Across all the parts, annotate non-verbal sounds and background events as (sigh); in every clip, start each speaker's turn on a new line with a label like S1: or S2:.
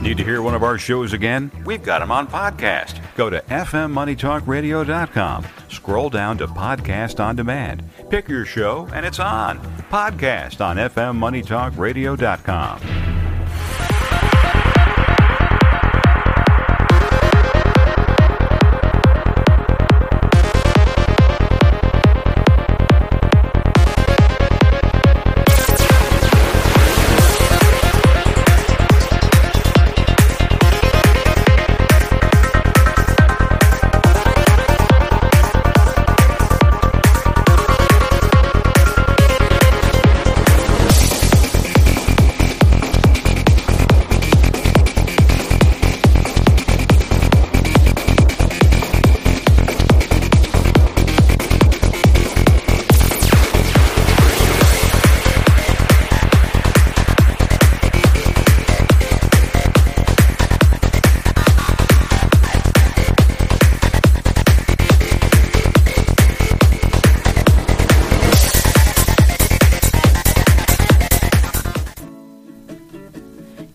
S1: Need to hear one of our shows again? We've got them on podcast. Go to fmmoneytalkradio.com. Scroll down to Podcast on Demand. Pick your show, and it's on. Podcast on fmmoneytalkradio.com.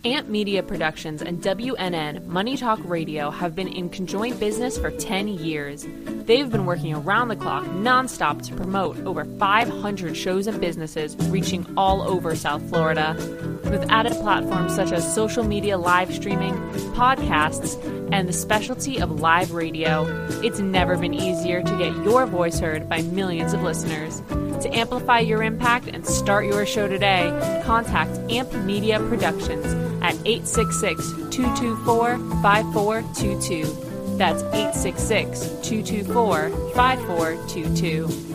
S2: Amp Media Productions and WNN Money Talk Radio have been in conjoint business for 10 years. They've been working around the clock nonstop to promote over 500 shows and businesses reaching all over South Florida. With added platforms such as social media live streaming, podcasts, and the specialty of live radio, it's never been easier to get your voice heard by millions of listeners. To amplify your impact and start your show today, contact Amp Media Productions at 866 224 5422. That's 866 224 5422.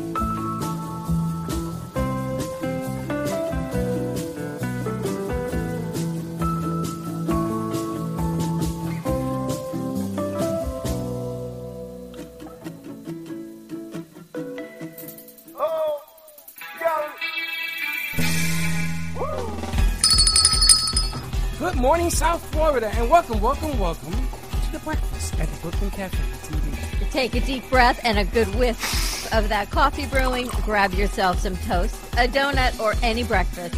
S3: Good morning, South Florida, and welcome, welcome, welcome to the breakfast at the Brooklyn Cafe TV.
S4: Take a deep breath and a good whiff of that coffee brewing. Grab yourself some toast, a donut, or any breakfast.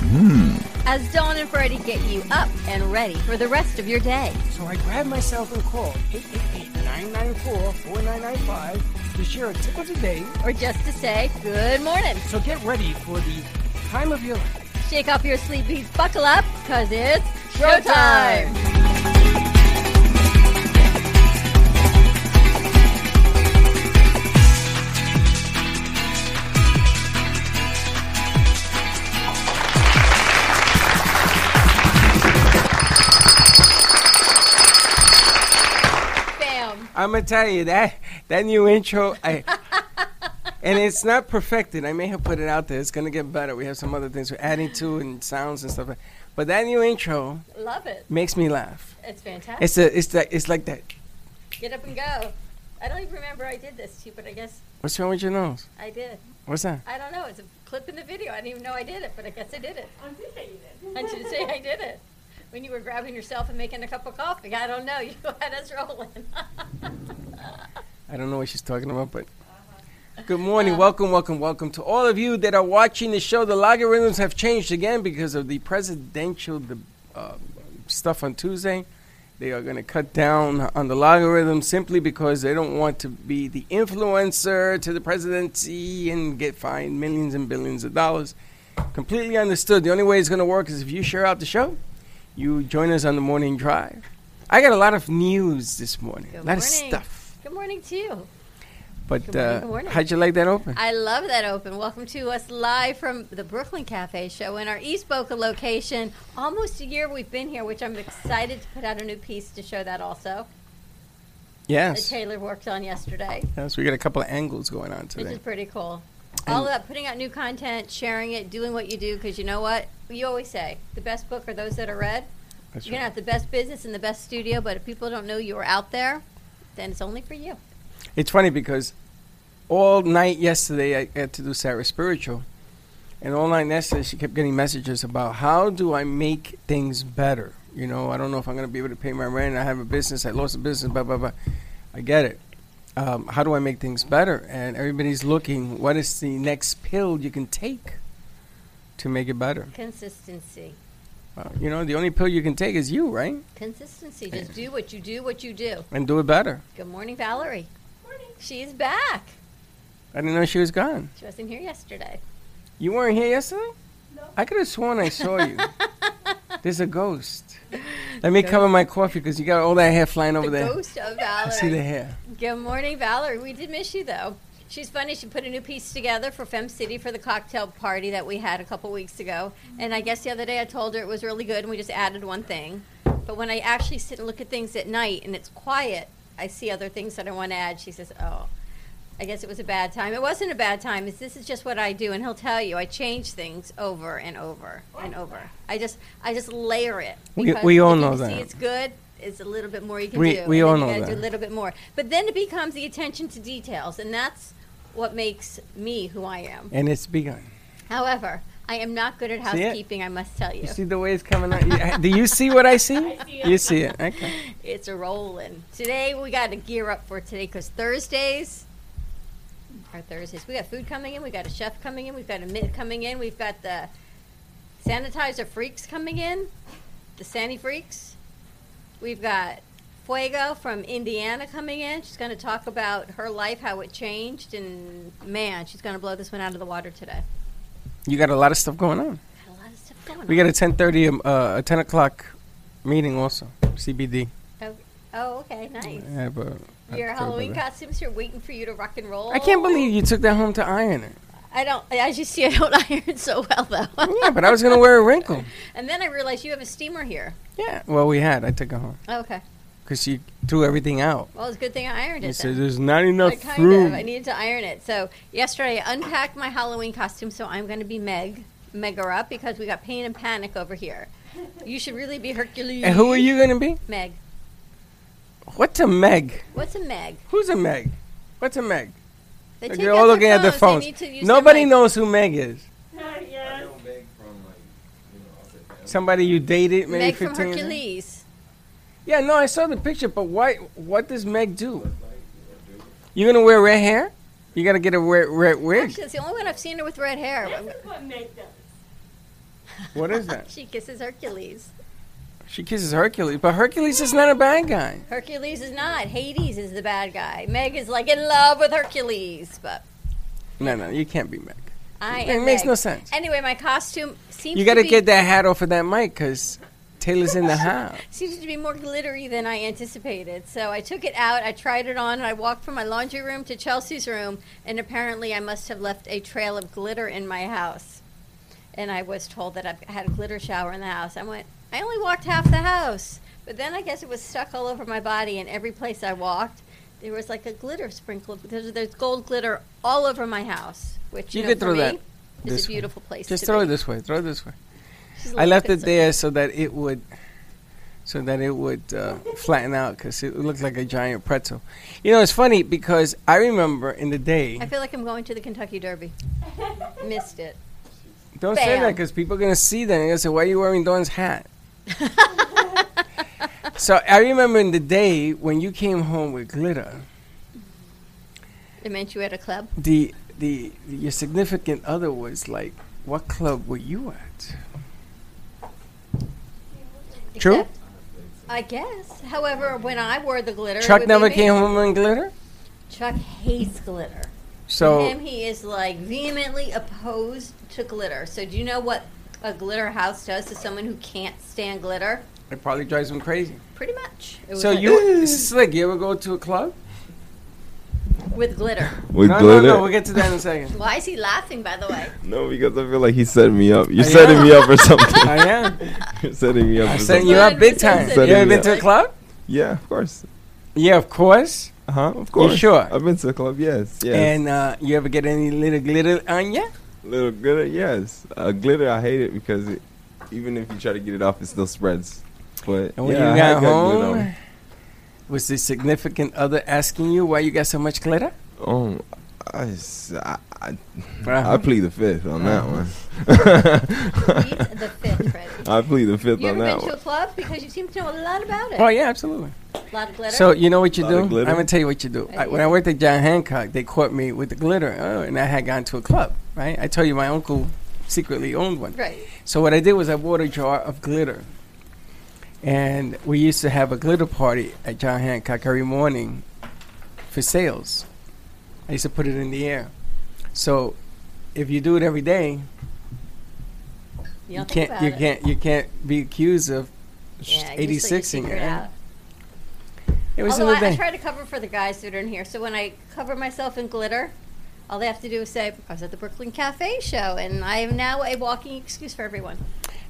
S4: As Dawn and Freddie get you up and ready for the rest of your day.
S3: So I grabbed myself and called 888-994-4995 to share a tip of the day.
S4: Or just to say good morning.
S3: So get ready for the time of your life.
S4: Shake off your sleepies, buckle up, because it's showtime. Bam.
S3: I'm gonna tell you that that new intro, I, and it's not perfected. I may have put it out there. It's gonna get better. We have some other things we're adding to and sounds and stuff. But that new intro
S4: Love it.
S3: makes me laugh.
S4: It's fantastic.
S3: It's a, it's like, it's like that.
S4: Get up and go. I don't even remember I did this to you, but I guess
S3: What's wrong with your nose?
S4: I did.
S3: What's that?
S4: I don't know. It's a clip in the video. I didn't even know I did it, but I guess I did it. I did say you did. I should say I did it. When you were grabbing yourself and making a cup of coffee, I don't know. (laughs) You had us rolling.
S3: I don't know what she's talking about, but good morning, welcome, welcome, welcome to all of you that are watching the show. The logarithms have changed again because of the presidential de- uh, stuff on Tuesday. They are going to cut down on the logarithm simply because they don't want to be the influencer to the presidency and get fined millions and billions of dollars. Completely understood. The only way it's going to work is if you share out the show, you join us on the morning drive. I got a lot of news this morning,
S4: Good
S3: a lot of
S4: morning.
S3: stuff.
S4: Good morning to you.
S3: But
S4: Good morning, good
S3: uh,
S4: morning.
S3: how'd you like that open?
S4: I love that open. Welcome to us live from the Brooklyn Cafe Show in our East Boca location. Almost a year we've been here, which I'm excited to put out a new piece to show that also. That
S3: yes.
S4: Taylor worked on yesterday.
S3: Yes, we got a couple of angles going on
S4: Which
S3: today.
S4: is pretty cool. All that putting out new content, sharing it, doing what you do, because you know what? You always say the best book are those that are read.
S3: That's
S4: You're going to have the best business and the best studio, but if people don't know you're out there, then it's only for you.
S3: It's funny because all night yesterday I had to do Sarah Spiritual, and all night yesterday she kept getting messages about how do I make things better. You know, I don't know if I'm going to be able to pay my rent. I have a business. I lost a business. Blah blah blah. I get it. Um, how do I make things better? And everybody's looking. What is the next pill you can take to make it better?
S4: Consistency.
S3: Uh, you know, the only pill you can take is you, right?
S4: Consistency. Just do what you do, what you do.
S3: And do it better.
S4: Good morning, Valerie. Morning. She's back.
S3: I didn't know she was gone.
S4: She wasn't here yesterday.
S3: You weren't here yesterday? No. I could have sworn I saw
S4: (laughs)
S3: you. There's a ghost. Let me cover my coffee because you got all that hair flying over
S4: The
S3: there.
S4: ghost of
S3: I see the
S4: Valerie.
S3: hair.
S4: Good morning, Valerie. We did miss you though. She's funny. She put a new piece together for Fem City for the cocktail party that we had a couple weeks ago. And I guess the other day I told her it was really good and we just added one thing. But when I actually sit and look at things at night and it's quiet, I see other things that I want to add. She says, "Oh, I guess it was a bad time. It wasn't a bad time. It's, this is just what I do, and he'll tell you I change things over and over and over. I just I just layer it.
S3: We-
S4: because
S3: we
S4: if
S3: all
S4: you
S3: know
S4: can
S3: that.
S4: See it's good. It's a little bit more you can
S3: We-
S4: do.
S3: we
S4: and
S3: all
S4: then
S3: know
S4: you gotta do
S3: that.
S4: a little bit more. But then it becomes the attention to details, and that's what makes me who I am.
S3: And it's begun.
S4: However, I am not good at
S3: See it?
S4: housekeeping. I must tell you,
S3: You see the way it's coming out? You- Do you see what I see? You see it. Okay.
S4: it's a rolling. Today we got to gear up for today because Thursdays are Thursdays. We got food coming in. We got a chef coming in. We've got a mitt coming in. We've got the sanitizer freaks coming in. The Sani freaks. We've got Fuego from Indiana coming in. She's going to talk about her life, how it changed, and man, she's going to blow this one out of the water today.
S3: You got a lot of stuff going on.
S4: Got a lot of stuff going
S3: We
S4: on.
S3: got a 10.30, um, uh, a 10 o'clock meeting also, CBD. (laughs)
S4: oh, okay, nice.
S3: I have a- I
S4: Your
S3: thought about
S4: Halloween
S3: that.
S4: costumes are waiting for you to rock and roll.
S3: I can't believe you took that home to iron
S4: (laughs)
S3: it.
S4: I don't. As you see, I don't (laughs) iron so well though.
S3: Yeah, but I was going to wear a wrinkle.
S4: (laughs) and then I realized you have a steamer here. Oh,
S3: Yeah, well, we had. I took it home
S4: Okay.
S3: because she threw everything out.
S4: Well, it's a good thing I ironed
S3: You
S4: it.
S3: said
S4: Then.
S3: there's not
S4: I
S3: enough
S4: kind
S3: room.
S4: of. I needed to iron it. So yesterday, I unpacked my Halloween costume. So I'm going to be Meg, Megger up because we got pain and panic over here. You should really be Hercules.
S3: and who are you going to be?
S4: Meg.
S3: What's a Meg?
S4: What's a Meg?
S3: Who's a Meg? What's a Meg?
S4: They
S3: Look,
S4: take
S3: You're
S4: out
S3: all looking at their
S4: They
S3: phones.
S4: need to use their
S3: Nobody
S4: mics.
S3: knows who Meg is.
S5: Yes.
S3: Somebody you dated, maybe
S4: Meg
S3: 15
S4: from
S3: years ago?
S4: Hercules.
S3: Yeah, no, I saw the picture, but why? What does Meg do? You're gonna wear red hair? You gotta get a red, red
S4: (laughs)
S3: wig.
S4: Actually, it's the only one I've seen her with red hair.
S5: This is what Meg does.
S3: What is that?
S4: (laughs) She kisses Hercules.
S3: She kisses Hercules, but Hercules is not a bad guy.
S4: Hercules is not. Hades is the bad guy. Meg is like in love with Hercules, but
S3: No, no, you can't be Meg.
S4: I
S3: It
S4: am
S3: makes
S4: Meg.
S3: no sense.
S4: Anyway, my costume seems
S3: You gotta
S4: to be,
S3: get that hat off of that mic, cause Taylor's in the house.
S4: seems to be more glittery than I anticipated. So I took it out, I tried it on, and I walked from my laundry room to Chelsea's room, and apparently I must have left a trail of glitter in my house. And I was told that I had a glitter shower in the house. I went, I only walked half the house, but then I guess it was stuck all over my body, and every place I walked, there was like a glitter sprinkle. There's, there's gold glitter all over my house, which
S3: You
S4: you, know,
S3: could
S4: for
S3: throw
S4: me,
S3: that
S4: is
S3: this
S4: a
S3: way.
S4: beautiful place.
S3: Just
S4: to
S3: throw
S4: be.
S3: it this way. Throw it this way.
S4: She's a
S3: I
S4: little
S3: left it
S4: bit-
S3: there so that it would, so that it would uh, flatten out, cause it looked like a giant pretzel. You know, it's funny because I remember in the day.
S4: I feel like I'm going to the Kentucky Derby. Missed it.
S3: Don't say that
S4: Bam.
S3: because people are gonna see that and they're gonna say, "Why are you wearing Dawn's hat?" so I remember in the day when you came home with glitter,
S4: It meant you at a club.
S3: the the your significant other was like, "What club were you at?" True.
S4: Except, I guess. However, when I wore the glitter, it
S3: Chuck
S4: would be
S3: never
S4: me.
S3: came home in glitter,
S4: Chuck hates glitter. to
S3: so
S4: him, he is like vehemently opposed to glitter. So, do you know what a glitter house does to someone who can't stand glitter?
S3: it probably drives him crazy.
S4: Pretty much. It was
S3: So
S4: like,
S3: you slick? You ever go to a club?
S4: (laughs) with glitter.
S6: With
S3: no,
S6: glitter?
S3: no, no. We'll get to that in a
S6: (laughs)
S3: second.
S4: Why is he laughing? By the way,
S3: (laughs)
S6: No, because I feel like he's setting me up. You're
S3: yeah?
S6: setting me up for
S3: (laughs)
S6: something.
S3: I am.
S6: (laughs) You're setting me up
S3: I'm
S6: for
S3: setting
S6: something.
S3: you up big
S4: 100%
S3: time. You
S6: setting
S3: ever
S6: me
S3: been
S6: up.
S3: to a club?
S6: Yeah, of course.
S3: Yeah, of course.
S6: Uh huh. Of course.
S3: sure?
S6: I've been to a club. Yes. Yes.
S3: And uh, you ever get any little glitter on you?
S6: little glitter. Yes. Uh, glitter. I hate it because it, even if you try to get it off, it still spreads. But
S3: And when
S6: yeah,
S3: you
S6: I
S3: got
S6: have glitter
S3: home, was the significant other asking you why you got so much glitter?
S6: on. Um, I, s- I, I- I
S3: Uh,
S6: plead the fifth on that
S3: Uh-huh.
S6: one.
S4: Read the fifth,
S3: (laughs)
S4: Fred.
S6: (laughs) I plead the fifth
S4: You
S6: on
S4: ever
S6: that
S4: been to
S6: one.
S4: a club? Because you seem to know a lot about it.
S3: oh yeah, absolutely.
S4: A lot of glitter.
S3: So you know what you
S6: Lot of
S3: do? I'm
S6: glitter?
S3: gonna tell you what you do. I, when I worked at John Hancock, they caught me with the glitter, oh, and I had gone to a club. Right? I told you my uncle secretly owned one.
S4: Right.
S3: So what I did was I bought a jar of glitter, and we used to have a glitter party at John Hancock every morning for sales. I used to put it in the air. So if you do it every day,
S4: You,
S3: you,
S4: don't think
S3: can't
S4: about
S3: you
S4: it.
S3: can't you can't be accused of
S4: Yeah,
S3: eighty six
S4: in
S3: in
S4: it.
S3: it.
S4: Out.
S3: Every
S4: Although
S3: single
S4: I, I
S3: day.
S4: try to cover for the guys that are in here, so when I cover myself in glitter, all they have to do is say, "I was at the Brooklyn Cafe show," and I am now a walking excuse for everyone.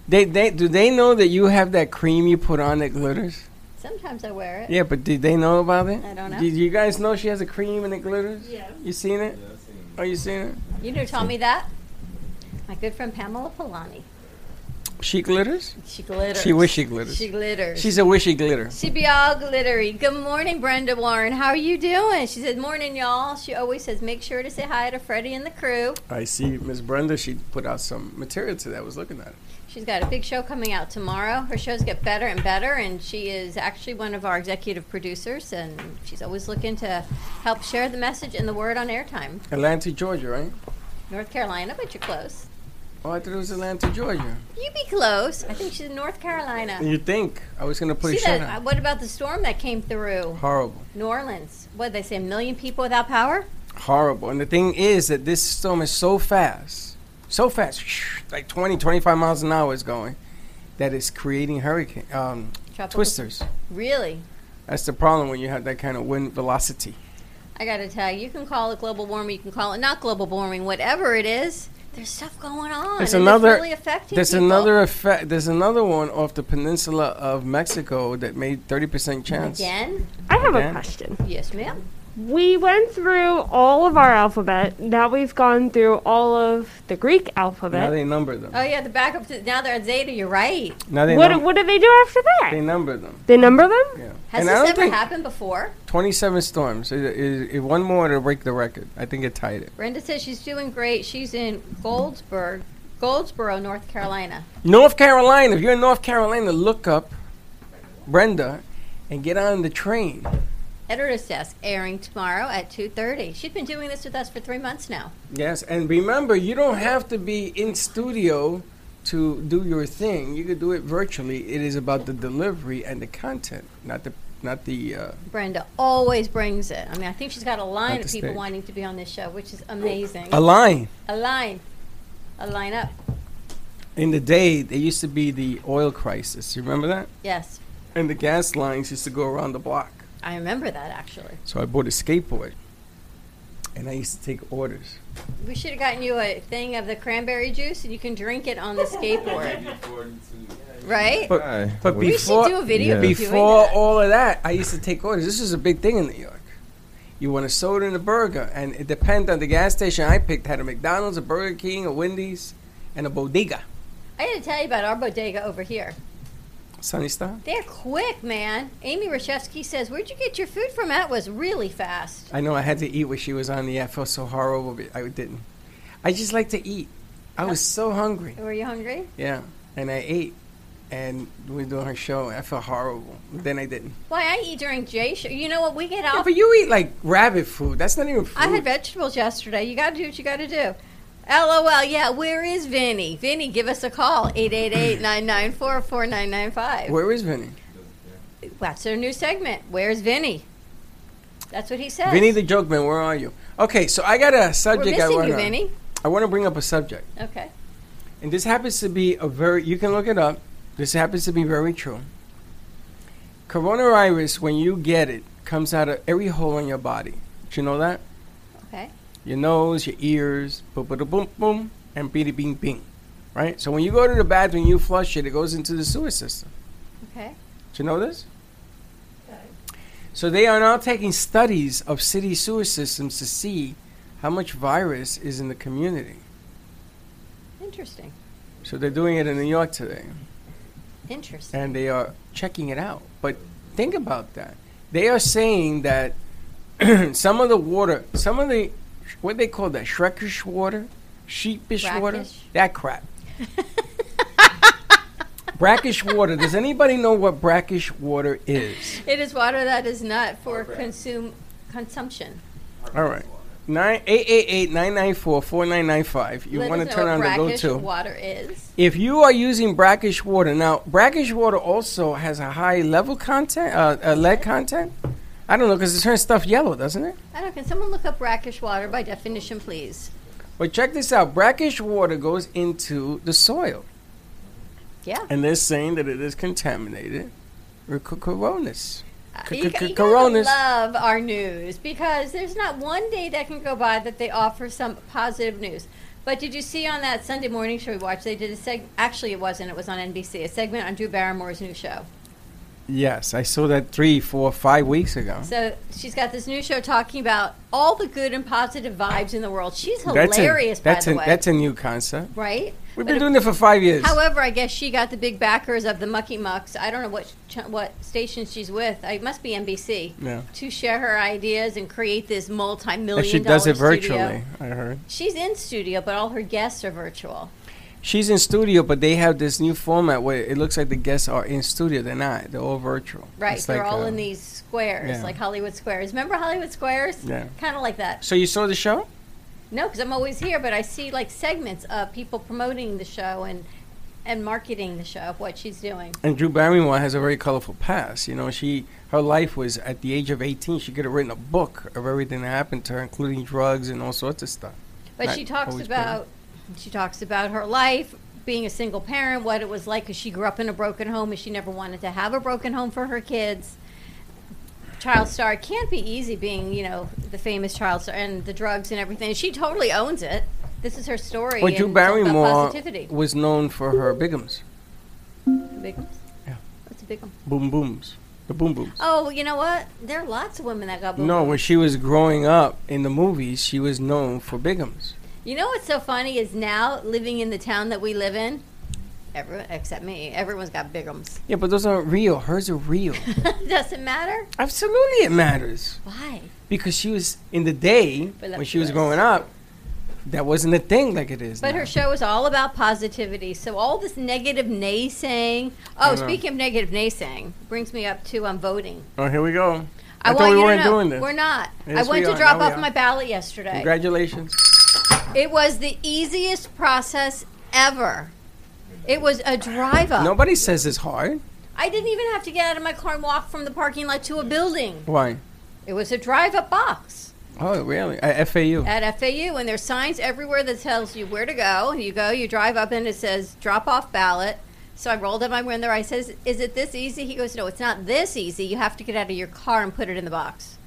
S3: They they do they know that you have that cream you put on that glitters?
S4: Sometimes I wear it.
S3: Yeah, but did they know about it?
S4: I don't know.
S3: Did you guys know she has a cream and it glitters?
S4: Yeah.
S3: You seen it? Oh, you seen it?
S4: You know, tell me that. My good friend Pamela Polani.
S3: She glitters.
S4: She glitters.
S3: She wish she glitters.
S4: She glitters.
S3: She's a wishy glitter.
S4: She be all glittery. Good morning, Brenda Warren. How are you doing? She said, "Morning, y'all." She always says, "Make sure to say hi to Freddie and the crew."
S3: I see Miss Brenda. She put out some material today. I was looking at it.
S4: She's got a big show coming out tomorrow. Her shows get better and better, and she is actually one of our executive producers, and she's always looking to help share the message and the word on airtime.
S3: Atlanta, Georgia, right?
S4: North Carolina, but you're close.
S3: Oh, I thought it was Atlanta, Georgia.
S4: You be close. I think she's in North Carolina.
S3: You think I was gonna put
S4: See
S3: a shot
S4: that? uh,
S3: out?
S4: What about the storm that came through
S3: Horrible,
S4: New Orleans? What did they say? A million people without power?
S3: horrible. And the thing is that this storm is so fast, so fast, like 20, 25 miles an hour is going, that it's creating hurricane um,
S4: Tropical-
S3: twisters.
S4: Really?
S3: That's the problem when you have that kind of wind velocity.
S4: I got to tell you, you can call it global warming. You can call it not global warming. Whatever it is, there's stuff going on.
S3: There's
S4: and
S3: another-
S4: It's really affecting
S3: There's
S4: people.
S3: another effect. There's another one off the peninsula of Mexico that made 30% chance.
S4: Again?
S5: I have
S3: Again?
S5: a question.
S4: Yes, ma'am.
S5: We went through all of our alphabet. Now we've gone through all of the Greek
S3: Now
S5: alphabet.
S3: they number them.
S4: Oh yeah, the backup to now they're at Zeta. You're right.
S3: Now they,
S5: what,
S3: num-
S5: what do they do after
S3: they
S5: that?
S3: number them.
S5: They number them?
S3: Yeah.
S4: Has
S3: and I
S4: this
S3: don't
S4: ever
S3: think
S4: happened before?
S3: 27 storms. It, it, it- one more to break the record. I think it tied it.
S4: Brenda says she's doing great. She's in Goldsburg, Goldsboro, North Carolina.
S3: North Carolina. If you're in North Carolina, look up Brenda and get on the train.
S4: Editor's desk airing tomorrow at two thirty. She's been doing this with us for three months now.
S3: Yes, and remember, you don't have to be in studio to do your thing. You could do it virtually. It is about the delivery and the content, not the not the. Uh,
S4: Brenda always brings it. I mean, I think she's got a line
S3: Not
S4: of
S3: the
S4: people
S3: stage. Oh.
S4: wanting to be on this show, which is amazing.
S3: a line
S4: A line, a line up.
S3: in the day. There used to be the oil crisis. You remember that?
S4: Yes,
S3: And the gas lines used to go around the block.
S4: I remember that actually.
S3: So I bought a skateboard, and I used to take orders.
S4: We should have gotten you a thing of the cranberry juice, and you can drink it on the skateboard, right?
S3: But-
S6: Hi.
S3: but
S6: What-
S4: we
S3: before-
S4: should do a video
S6: Yeah.
S4: of you doing
S3: Before
S4: that.
S3: all of that, I used to take orders. This is a big thing in New York. You want a soda and a burger, and it depended on the gas station I picked. Had a McDonald's, a Burger King, a Wendy's, and a bodega.
S4: I got to tell you about our bodega over here.
S3: Sunny Star.
S4: They're quick, man. Amy Rashevsky says, "Where'd you get your food from?" That was really fast.
S3: I know I had to eat when she was on the air. I felt so horrible, but I didn't. I just like to eat. I was so hungry.
S4: Were you hungry?
S3: Yeah, and I ate. And we were doing her show, and I felt horrible. Then I didn't.
S4: Why I eat during Jay show? You know what? We get
S3: Yeah,
S4: off.
S3: but you eat like rabbit food. That's not even food.
S4: I had vegetables yesterday. You got to do what you got to do. LOL. Yeah, where is Vinny? Vinny, give us a call 888-994-4995.
S3: Where is Vinny?
S4: That's their new segment. Where's Vinny? That's what he says.
S3: Vinny the joke man, where are you? Okay, so I got a
S4: We're
S3: subject I
S4: missing
S3: want
S4: you,
S3: to.
S4: Vinny.
S3: I want to bring up a subject,
S4: Okay.
S3: and this happens to be a very. You can look it up. This happens to be very true. Coronavirus, when you get it, comes out of every hole in your body. Did you know that?
S4: Okay.
S3: Your nose, your ears, boom, boom, boom, boom, and bing, bing, bing. Right. So when you go to the bathroom, you flush it. It goes into the sewer system.
S4: Okay.
S3: Did you know this? So they are now taking studies of city sewer systems to see how much virus is in the community.
S4: Interesting.
S3: So they're doing it in New York today,
S4: Interesting.
S3: and they are checking it out. But think about that. They are saying that (clears throat) some of the water, some of the what they call that shrekish water, sheepish water,
S4: Brackish?
S3: that crap. (laughs) brackish water. Does anybody know what brackish water is?
S4: It is water that is not for consume consumption.
S3: All right. Nine eight eight eight nine nine four four nine nine five. You
S4: Let
S3: want
S4: us
S3: to
S4: know
S3: turn
S4: what
S3: on the go
S4: brackish
S3: to.
S4: water is.
S3: If you are using brackish water, now brackish water also has a high level content, uh, uh, lead content. I don't know because it turns stuff yellow, doesn't it?
S4: I don't. know, Can someone look up brackish water by definition, please?
S3: But check this out: brackish water goes into the soil,
S4: Yeah.
S3: and they're saying that it is contaminated with co- coronas. C-
S4: You,
S3: c-
S4: g-
S3: c-
S4: you gotta
S3: coronas.
S4: love our news because there's not one day that can go by that they offer some positive news. But did you see on that Sunday morning show we watched? They did a seg. Actually, it wasn't. It was on NBC. A segment on Drew Barrymore's new show.
S3: Yes, I saw that three, four, five weeks ago.
S4: So she's got this new show talking about all the good and positive vibes in the world. She's
S3: That's a-
S4: hilarious,
S3: That's
S4: by
S3: a,
S4: the way.
S3: that's a new concept.
S4: right?
S3: We've
S4: But
S3: been
S4: if-
S3: doing it for five years.
S4: However, I guess she got the big backers of the Mucky Mucks. I don't know what ch- what station she's with. It must be NBC.
S3: Yeah.
S4: To share her ideas and create this multi-million
S3: And she
S4: dollar
S3: does it virtually.
S4: studio.
S3: I heard.
S4: She's in studio, but all her guests are virtual.
S3: She's in studio, but they have this new format where it looks like the guests are in studio. They're not. They're all virtual.
S4: Right.
S3: It's
S4: They're
S3: like,
S4: all
S3: uh,
S4: in these squares,
S3: yeah.
S4: like Hollywood squares. Remember Hollywood squares?
S3: Yeah.
S4: Kind of like that.
S3: So you saw the show?
S4: No, because I'm always here, but I see like segments of people promoting the show and and marketing the show of what she's doing.
S3: And Drew Barrymore has a very colorful past. You know, she her life was at the age of 18. She could have written a book of everything that happened to her, including drugs and all sorts of stuff.
S4: But
S3: Not
S4: she talks
S3: always
S4: about she talks about her life being a single parent, what it was like because she grew up in a broken home and she never wanted to have a broken home for her kids. Child star it can't be easy being you know the famous child star and the drugs and everything. And she totally owns it. This is her story.
S3: Well,
S4: and
S3: Drew
S4: it's all about
S3: Barrymore
S4: positivity.
S3: was known for her bigums,
S4: Big ones.
S3: Yeah.
S4: That's a big one.
S3: boom booms, the boom booms.
S4: Oh, you know what? There are lots of women that got boobs.
S3: No, when she was growing up in the movies, she was known for bigums.
S4: You know what's so funny is now living in the town that we live in. Everyone except me, everyone's got bigums.
S3: Yeah, but those aren't real. Hers are real.
S4: (laughs) Doesn't matter.
S3: Absolutely, it matters.
S4: Why?
S3: because she was in the day
S4: But
S3: when
S4: that's
S3: she was
S4: worse.
S3: growing up that wasn't a thing like it is
S4: But
S3: now.
S4: her show is all about positivity. So all this negative naysaying.
S3: I
S4: Oh,
S3: know.
S4: speaking of negative naysaying, brings me up to um, voting.
S3: oh here we go I
S4: I,
S3: thought
S4: want
S3: we
S4: you
S3: weren't
S4: to know,
S3: doing this.
S4: We're not.
S3: Yes,
S4: I went
S3: we
S4: to
S3: are.
S4: drop
S3: Now we
S4: off
S3: are.
S4: my ballot yesterday.
S3: congratulations
S4: it was the easiest process ever. It was a drive up.
S3: nobody says it's hard
S4: I didn't even have to get out of my car and walk from the parking lot to a building.
S3: why
S4: It was a drive up box.
S3: oh really uh, fau
S4: at FAU, and there's signs everywhere that tells you where to go. And you go, you drive up, and it says drop off ballot. So I rolled up my window. I says, "Is it this easy?" He goes, "No, it's not this easy. You have to get out of your car and put it in the box."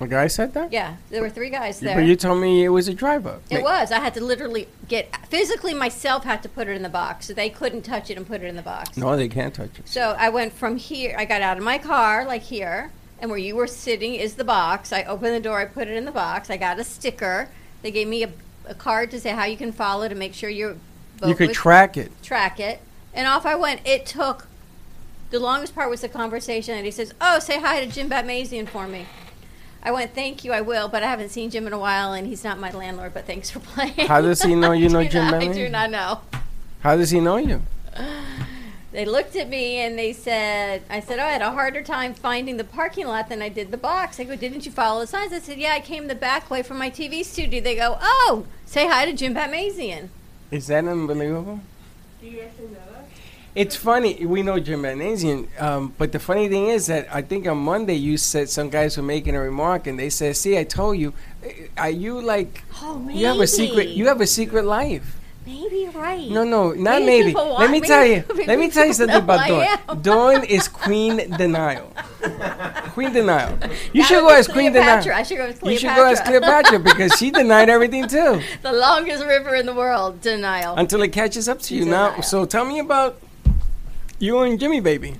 S3: a guy said that
S4: Yeah, there were three guys there.
S3: but you told me it was a drive up
S4: it was. I had to literally get physically myself had to put it in the box, so they couldn't touch it and put it in the box.
S3: no they can't touch it
S4: So I went from here. I got out of my car, like here, and where you were sitting is the box. I opened the door. I put it in the box. I got a sticker. They gave me a, a card to say how you can follow to make sure your vote
S3: you could
S4: was-
S3: track it
S4: track it. And off I went. It took. The longest part was the conversation, and he says, "Oh, say hi to Jim Batmazian for me." I went, "Thank you, I will," but I haven't seen Jim in a while, and he's not my landlord. But thanks for playing.
S3: How does
S4: (laughs)
S3: he know you
S4: I
S3: know
S4: do
S3: Jim
S4: not- I
S3: Batmazian?
S4: do not know
S3: how does he know you
S4: they looked at me and they said, I said, oh, I had a harder time finding the parking lot than I did the box. They go, didn't you follow the signs? I said, yeah, I came the back way from my TV studio. They go, oh, say hi to Jim Batmazian.
S3: is that unbelievable it's funny we know Jim Benesian, um, but the funny thing is that I think on Monday you said some guys were making a remark and they said, "See, I told you, Uh, are you like
S4: Oh, maybe.
S3: You have a secret. You have a secret life.
S4: Maybe you're right.
S3: No, no, not
S4: Maybe
S3: maybe.
S4: people want
S3: Let me
S4: me.
S3: tell you.
S4: Maybe
S3: Let me tell you
S4: people
S3: something
S4: know
S3: about
S4: who I
S3: Dawn.
S4: am. (laughs)
S3: Dawn is Queen Denial. Queen Denial. You
S4: That
S3: should go
S4: was
S3: as Queen
S4: Cleopatra. I
S3: Denial.
S4: should go as Cleopatra.
S3: You should go as Cleopatra because she denied everything too
S4: (laughs) the longest river in the world, denial.
S3: until it catches up to you now.
S4: Denial.
S3: So tell me about you and Jimmy, baby.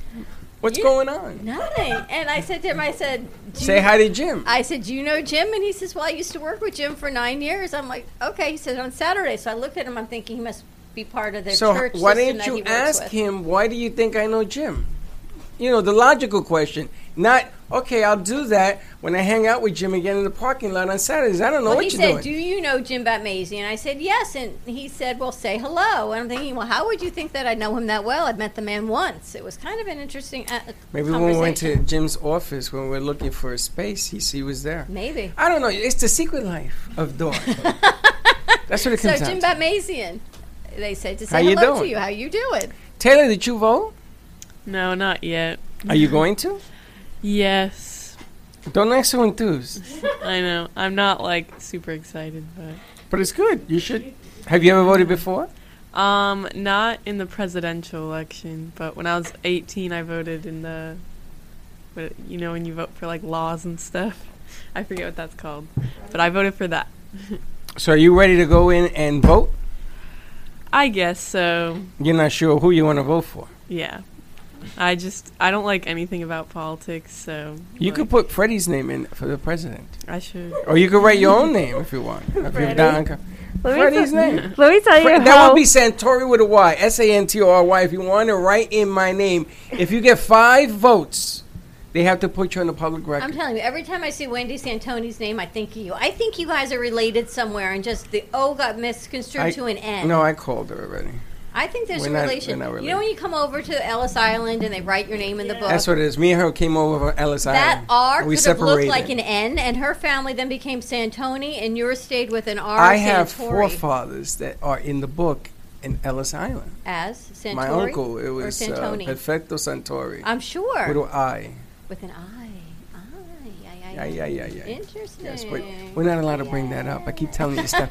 S3: What's
S4: You-
S3: going on?
S4: Nothing. And I said to him, I said, "Do
S3: Say
S4: you-
S3: hi to Jim.
S4: I said, "Do you know Jim?" And he says, "Well, I used to work with Jim for nine years." I'm like, "Okay." He said, "On Saturday." So I look at him. I'm thinking he must be part of their
S3: So
S4: church.
S3: why
S4: system
S3: didn't
S4: that he
S3: you
S4: works
S3: ask
S4: with.
S3: him? Why do you think I know Jim? you know, the logical question. Not, okay, I'll do that when I hang out with Jim again in the parking lot on Saturdays. I don't know
S4: Well,
S3: what
S4: he
S3: you're doing.
S4: said, "Do you know Jim Batmazy?" And I said, "Yes." And he said, "Well, say hello." And I'm thinking, "Well, how would you think that I know him that well? I'd met the man once. It was kind of an interesting uh,
S3: Maybe when
S4: conversation.
S3: we went to Jim's office when we were looking for a space, he, he was there.
S4: maybe."
S3: I don't know. It's the secret life of
S4: (laughs)
S3: Dawn. That's what it
S4: So
S3: comes down
S4: Jim
S3: to.
S4: Batmazian, they said to
S3: How
S4: say
S3: you
S4: hello
S3: doing?
S4: to you. How you doing?
S3: Taylor, did you vote?
S7: No, not yet.
S3: Are you going to?
S7: Yes.
S3: Don't act so enthused.
S7: I know. I'm not like super excited, but
S3: But it's good. You should. Have you ever voted before?
S7: um not in the presidential election, but when I was 18 I voted in the what you know when you vote for like laws and stuff. I forget what that's called. But I voted for that.
S3: So are you ready to go in and vote?
S7: I guess so.
S3: You're not sure who you want to vote for.
S7: Yeah. I just I don't like anything about politics, so
S3: You
S7: like,
S3: could put Freddie's name in for the president,
S7: I should.
S3: or you could write your own name if you want. If you're
S5: Freddie.
S3: down,
S5: Let me,
S3: Freddie's
S5: t-
S3: name.
S5: let me tell you
S3: Fre- that
S5: how
S3: would be Santori with a Y, S A N T O R Y. If you want to write in my name, if you get five votes, they have to put you on the public
S4: I'm
S3: record.
S4: telling you, every time I see Wendy Santoni's name, I think of you. I think you guys are related somewhere, and just the O got misconstrued
S3: I-
S4: to an N.
S3: no, I called her already.
S4: I think there's
S3: We're
S4: a
S3: not-
S4: relation.
S3: we're not
S4: You know when you come over to Ellis Island and they write your name in the book?
S3: That's what it is. Me and her came over from Ellis
S4: that
S3: Island.
S4: R
S3: we
S4: could have looked
S3: separated.
S4: like an N, and her family then became Santoni, and yours stayed with an R.
S3: I have
S4: Santori
S3: forefathers that are in the book in Ellis Island.
S4: as Santori.
S3: My uncle, it was
S4: or
S3: uh,
S4: Santoni.
S3: Perfecto Santori.
S4: I'm sure
S3: With an I.
S4: with an I. I,
S3: Yeah,
S4: I,
S3: yeah, yeah, yeah.
S4: Interesting.
S3: Yes, but we're not allowed to bring that up. I keep telling you
S4: (laughs)
S3: stuff.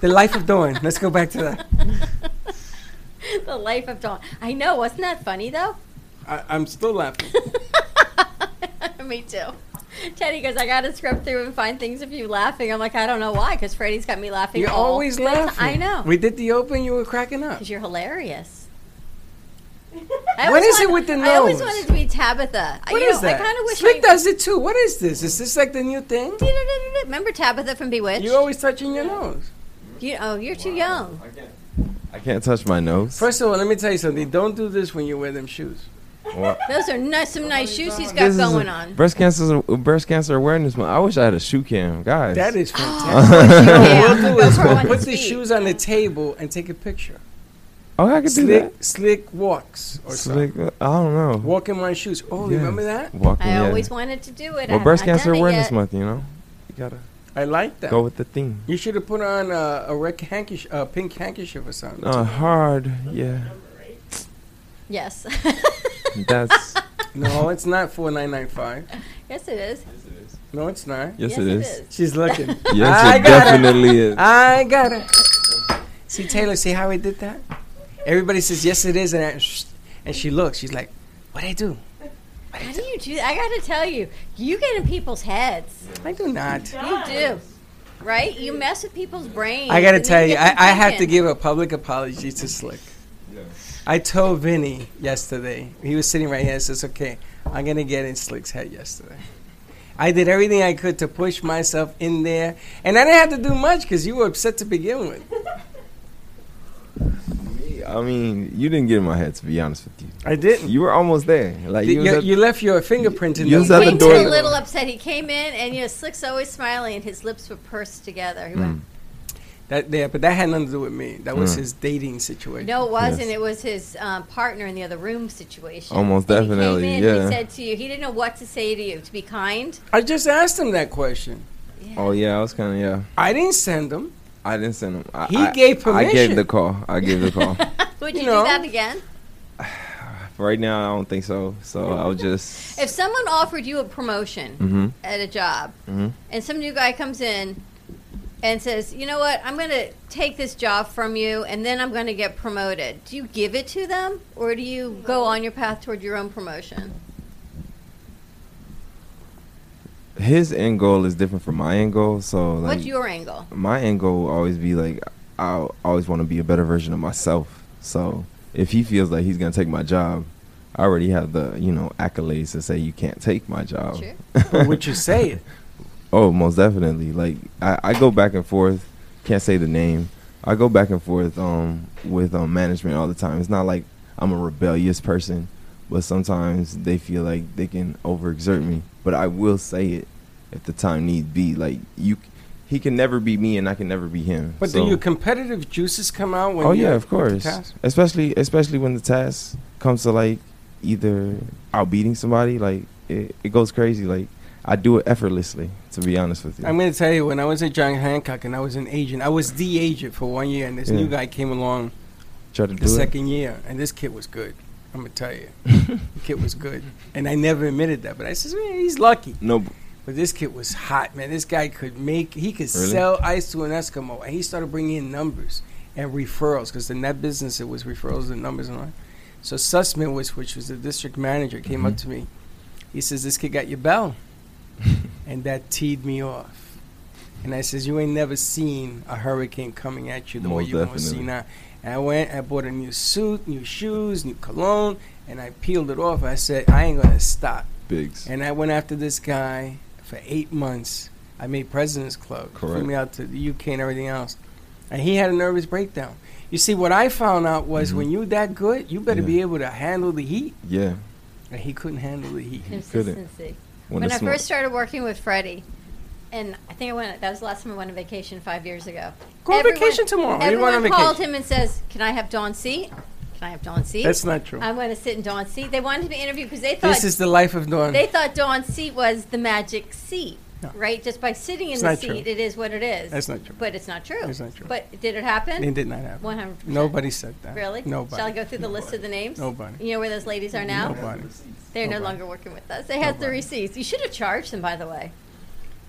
S3: the
S4: life.
S3: life of Dawn. Let's go back to that.
S4: (laughs) the life of Dawn. I know. Wasn't that funny though?
S3: I, I'm still laughing.
S4: (laughs) Me too. Teddy goes, I gotta scrub through and find things of you laughing. I'm like, I don't know why, because Freddie's got me laughing.
S3: You're
S4: all
S3: always
S4: the time.
S3: laughing.
S4: I know.
S3: We did the open. You were cracking up.
S4: Because
S3: (laughs)
S4: you're hilarious.
S3: What
S4: I always
S3: is it
S4: wanted-
S3: with the
S4: I always
S3: nose?
S4: wanted to be Tabitha. I-
S3: What
S4: you know,
S3: is that?
S4: I kind of wish
S3: Slick
S4: I-
S3: does it too. What is this? Is this like the new thing?
S4: (laughs) Remember Tabitha from Bewitched?
S3: You always touching your nose.
S4: You- oh, you're too young.
S6: I can't touch my nose.
S3: First of all, let me tell you something. Don't do this when you wear them shoes.
S6: Wha-
S4: Those are nice, some nice shoes he's got
S6: This is a
S4: going on.
S6: Breast cancer, breast cancer awareness month. I wish I had a shoe cam, guys.
S3: That is (laughs) fantastic.
S4: Yeah.
S3: What we'll do
S4: Go
S3: is
S4: for one
S3: put the
S4: speed.
S3: shoes on the table and take a picture.
S6: oh, I could do that.
S3: Slick, slick walks or something.
S6: Slick, uh, I don't know.
S3: Walk in my shoes. Oh,
S6: Yes.
S3: remember that?
S6: Walking.
S4: I
S6: yeah.
S4: always wanted to do it. I
S6: Well,
S4: have
S6: breast
S4: not done
S6: cancer
S4: it
S6: awareness
S4: yet.
S6: month. You know, you gotta
S3: I like that.
S6: go with
S3: (laughs)
S6: the theme.
S3: You should have put on a, a red handkerchief, a pink handkerchief or something.
S6: Uh, hard. Yeah,
S4: Yes. (laughs)
S6: that's.
S3: No, it's not four nine nine five.
S4: yes, it is.
S3: No, it's not.
S6: Yes,
S4: Yes,
S6: it is.
S3: She's looking.
S6: Yes,
S3: I
S6: it
S3: got it.
S6: definitely is.
S3: (laughs) I got it. See Taylor, see how I did that? Everybody says yes, it is, and I, and she looks. She's like, "What I do?
S4: How do you do that? I gotta tell you, you get in people's heads.
S3: I do not."
S4: You do. Right? You mess with people's brains.
S3: I gotta
S4: and then
S3: tell you,
S4: get them
S3: I, I have to
S4: thinking.
S3: give a public apology to Slick. I told Vinny yesterday. He was sitting right here. I says, "Okay, I'm gonna get in Slick's head." Yesterday, I did everything I could to push myself in there, and I didn't have to do much because you were upset to begin with.
S6: I mean, you didn't get in my head to be honest with you.
S3: I didn't. You,
S6: You were almost there. Like you, was
S3: you,
S6: at-
S3: left your fingerprint in
S6: you was
S3: there.
S6: at the
S4: Wayne's
S6: door.
S4: a little upset. He came in, and you know, Slick's always smiling, and his lips were pursed together. He went,
S3: That yeah, but that had nothing to do with me. That was
S6: Mm.
S3: his dating situation.
S4: "No, it wasn't.
S6: Yes.
S4: It was his um, partner in the other room situation."
S6: Almost
S4: And he
S6: definitely,
S4: came in,
S6: yeah.
S4: And he said to you, he didn't know what to say to you to be kind. (laughs)
S3: I just asked him that question.
S6: oh yeah, I was kind of yeah.
S3: I didn't send him.
S6: I didn't send him. I,
S3: He
S6: I-
S3: gave
S6: I
S3: permission.
S6: gave the call. I gave the
S3: (laughs)
S6: call.
S4: Would you,
S3: You know.
S4: do that again?
S6: right now, I don't think so. So I'll just.
S4: If someone offered you a promotion
S3: Mm-hmm.
S6: hmm
S4: at a job,
S6: Mhm.
S4: and some new guy comes in and says, "You know what? I'm going to take this job from you, and then I'm going to get promoted." Do you give it to them, or do you go on your path toward your own promotion?
S6: His end goal is different from my end goal. So like,
S4: What's your angle?
S6: my end goal will always be like I always want to be a better version of myself. So if he feels like he's gonna take my job, I already have the you know accolades to say you can't take my job.
S4: Sure.
S3: But would Oh, you say
S6: (laughs)
S3: it?
S6: Oh, most definitely. Like I, I go back and forth. Can't say the name. I go back and forth um, with um, management all the time. It's not like I'm a rebellious person, but sometimes they feel like they can overexert me. But I will say it if the time need be. Like you, he can never be me, and I can never be him.
S3: But
S6: So-
S3: do your competitive juices come out when?
S6: oh
S3: you
S6: yeah, of
S3: put the
S6: course.
S3: task?
S6: Especially especially when the task comes to like either outbeating somebody, like it, it goes crazy. Like I do it effortlessly, to be honest with you.
S3: I'm going to tell you, when I was at John Hancock and I was an agent, I was the agent for one year, and this
S6: Yeah.
S3: new guy came along
S6: Try to
S3: the
S6: do it.
S3: second year, and this kid was good. I'm going to tell you. the kid was good. And I never admitted that, but I says, man, he's lucky.
S6: (laughs) No, b-
S3: But this kid was hot, man. This guy could make, he could
S6: Really?
S3: sell ice to an Eskimo, and he started bringing in numbers and referrals, because in that business, it was referrals and numbers and all that. So Sussman, was, which was the district manager, came up
S6: Mhm.
S3: to me. He says, this kid got your bell. and that teed me off. And I says, you ain't never seen a hurricane coming at you the way
S6: Most
S3: you're going to see
S6: definitely.
S3: now. And I went, I bought a new suit, new shoes, new cologne, and I peeled it off. I said, I ain't going to stop.
S6: bigs.
S3: And I went after this guy for eight months. I made President's Club. Flew
S6: Correct.
S3: me out to the UK and everything else. And he had a nervous breakdown. You see, what I found out was
S6: Mhm.
S3: when you that good, you better
S6: Yeah.
S3: be able to handle the heat.
S6: Yeah.
S3: And he couldn't handle the heat.
S4: Consistency. When,
S6: the
S4: I
S6: smoke-
S4: first started working with Freddie, and I think I went. That was the last time I went on vacation five years ago.
S3: Go on vacation tomorrow. We
S4: Everyone
S3: went on
S4: called
S3: vacation.
S4: him and says, "Can I have Dawn's seat? Can I have Dawn's seat?
S3: That's not true.
S4: I'm going to sit in Dawn's seat." They wanted to be interviewed because they thought
S3: this is the life of Dawn.
S4: they thought Dawn's seat was the magic seat,
S3: No.
S4: right? Just by sitting in
S3: It's
S4: the
S3: not
S4: seat,
S3: true.
S4: it is what it is.
S3: That's not true.
S4: But it's not true.
S3: It's not true.
S4: But did it happen?
S3: It did not happen.
S4: One hundred.
S3: Nobody said that.
S4: Really?
S3: Nobody.
S4: Shall I go through the list of the names?
S3: Nobody.
S4: You know where those ladies are now?
S3: Nobody.
S4: They're
S3: Nobody.
S4: no longer working with us. They had the
S3: Nobody.
S4: receipts. You should have charged them, by the way.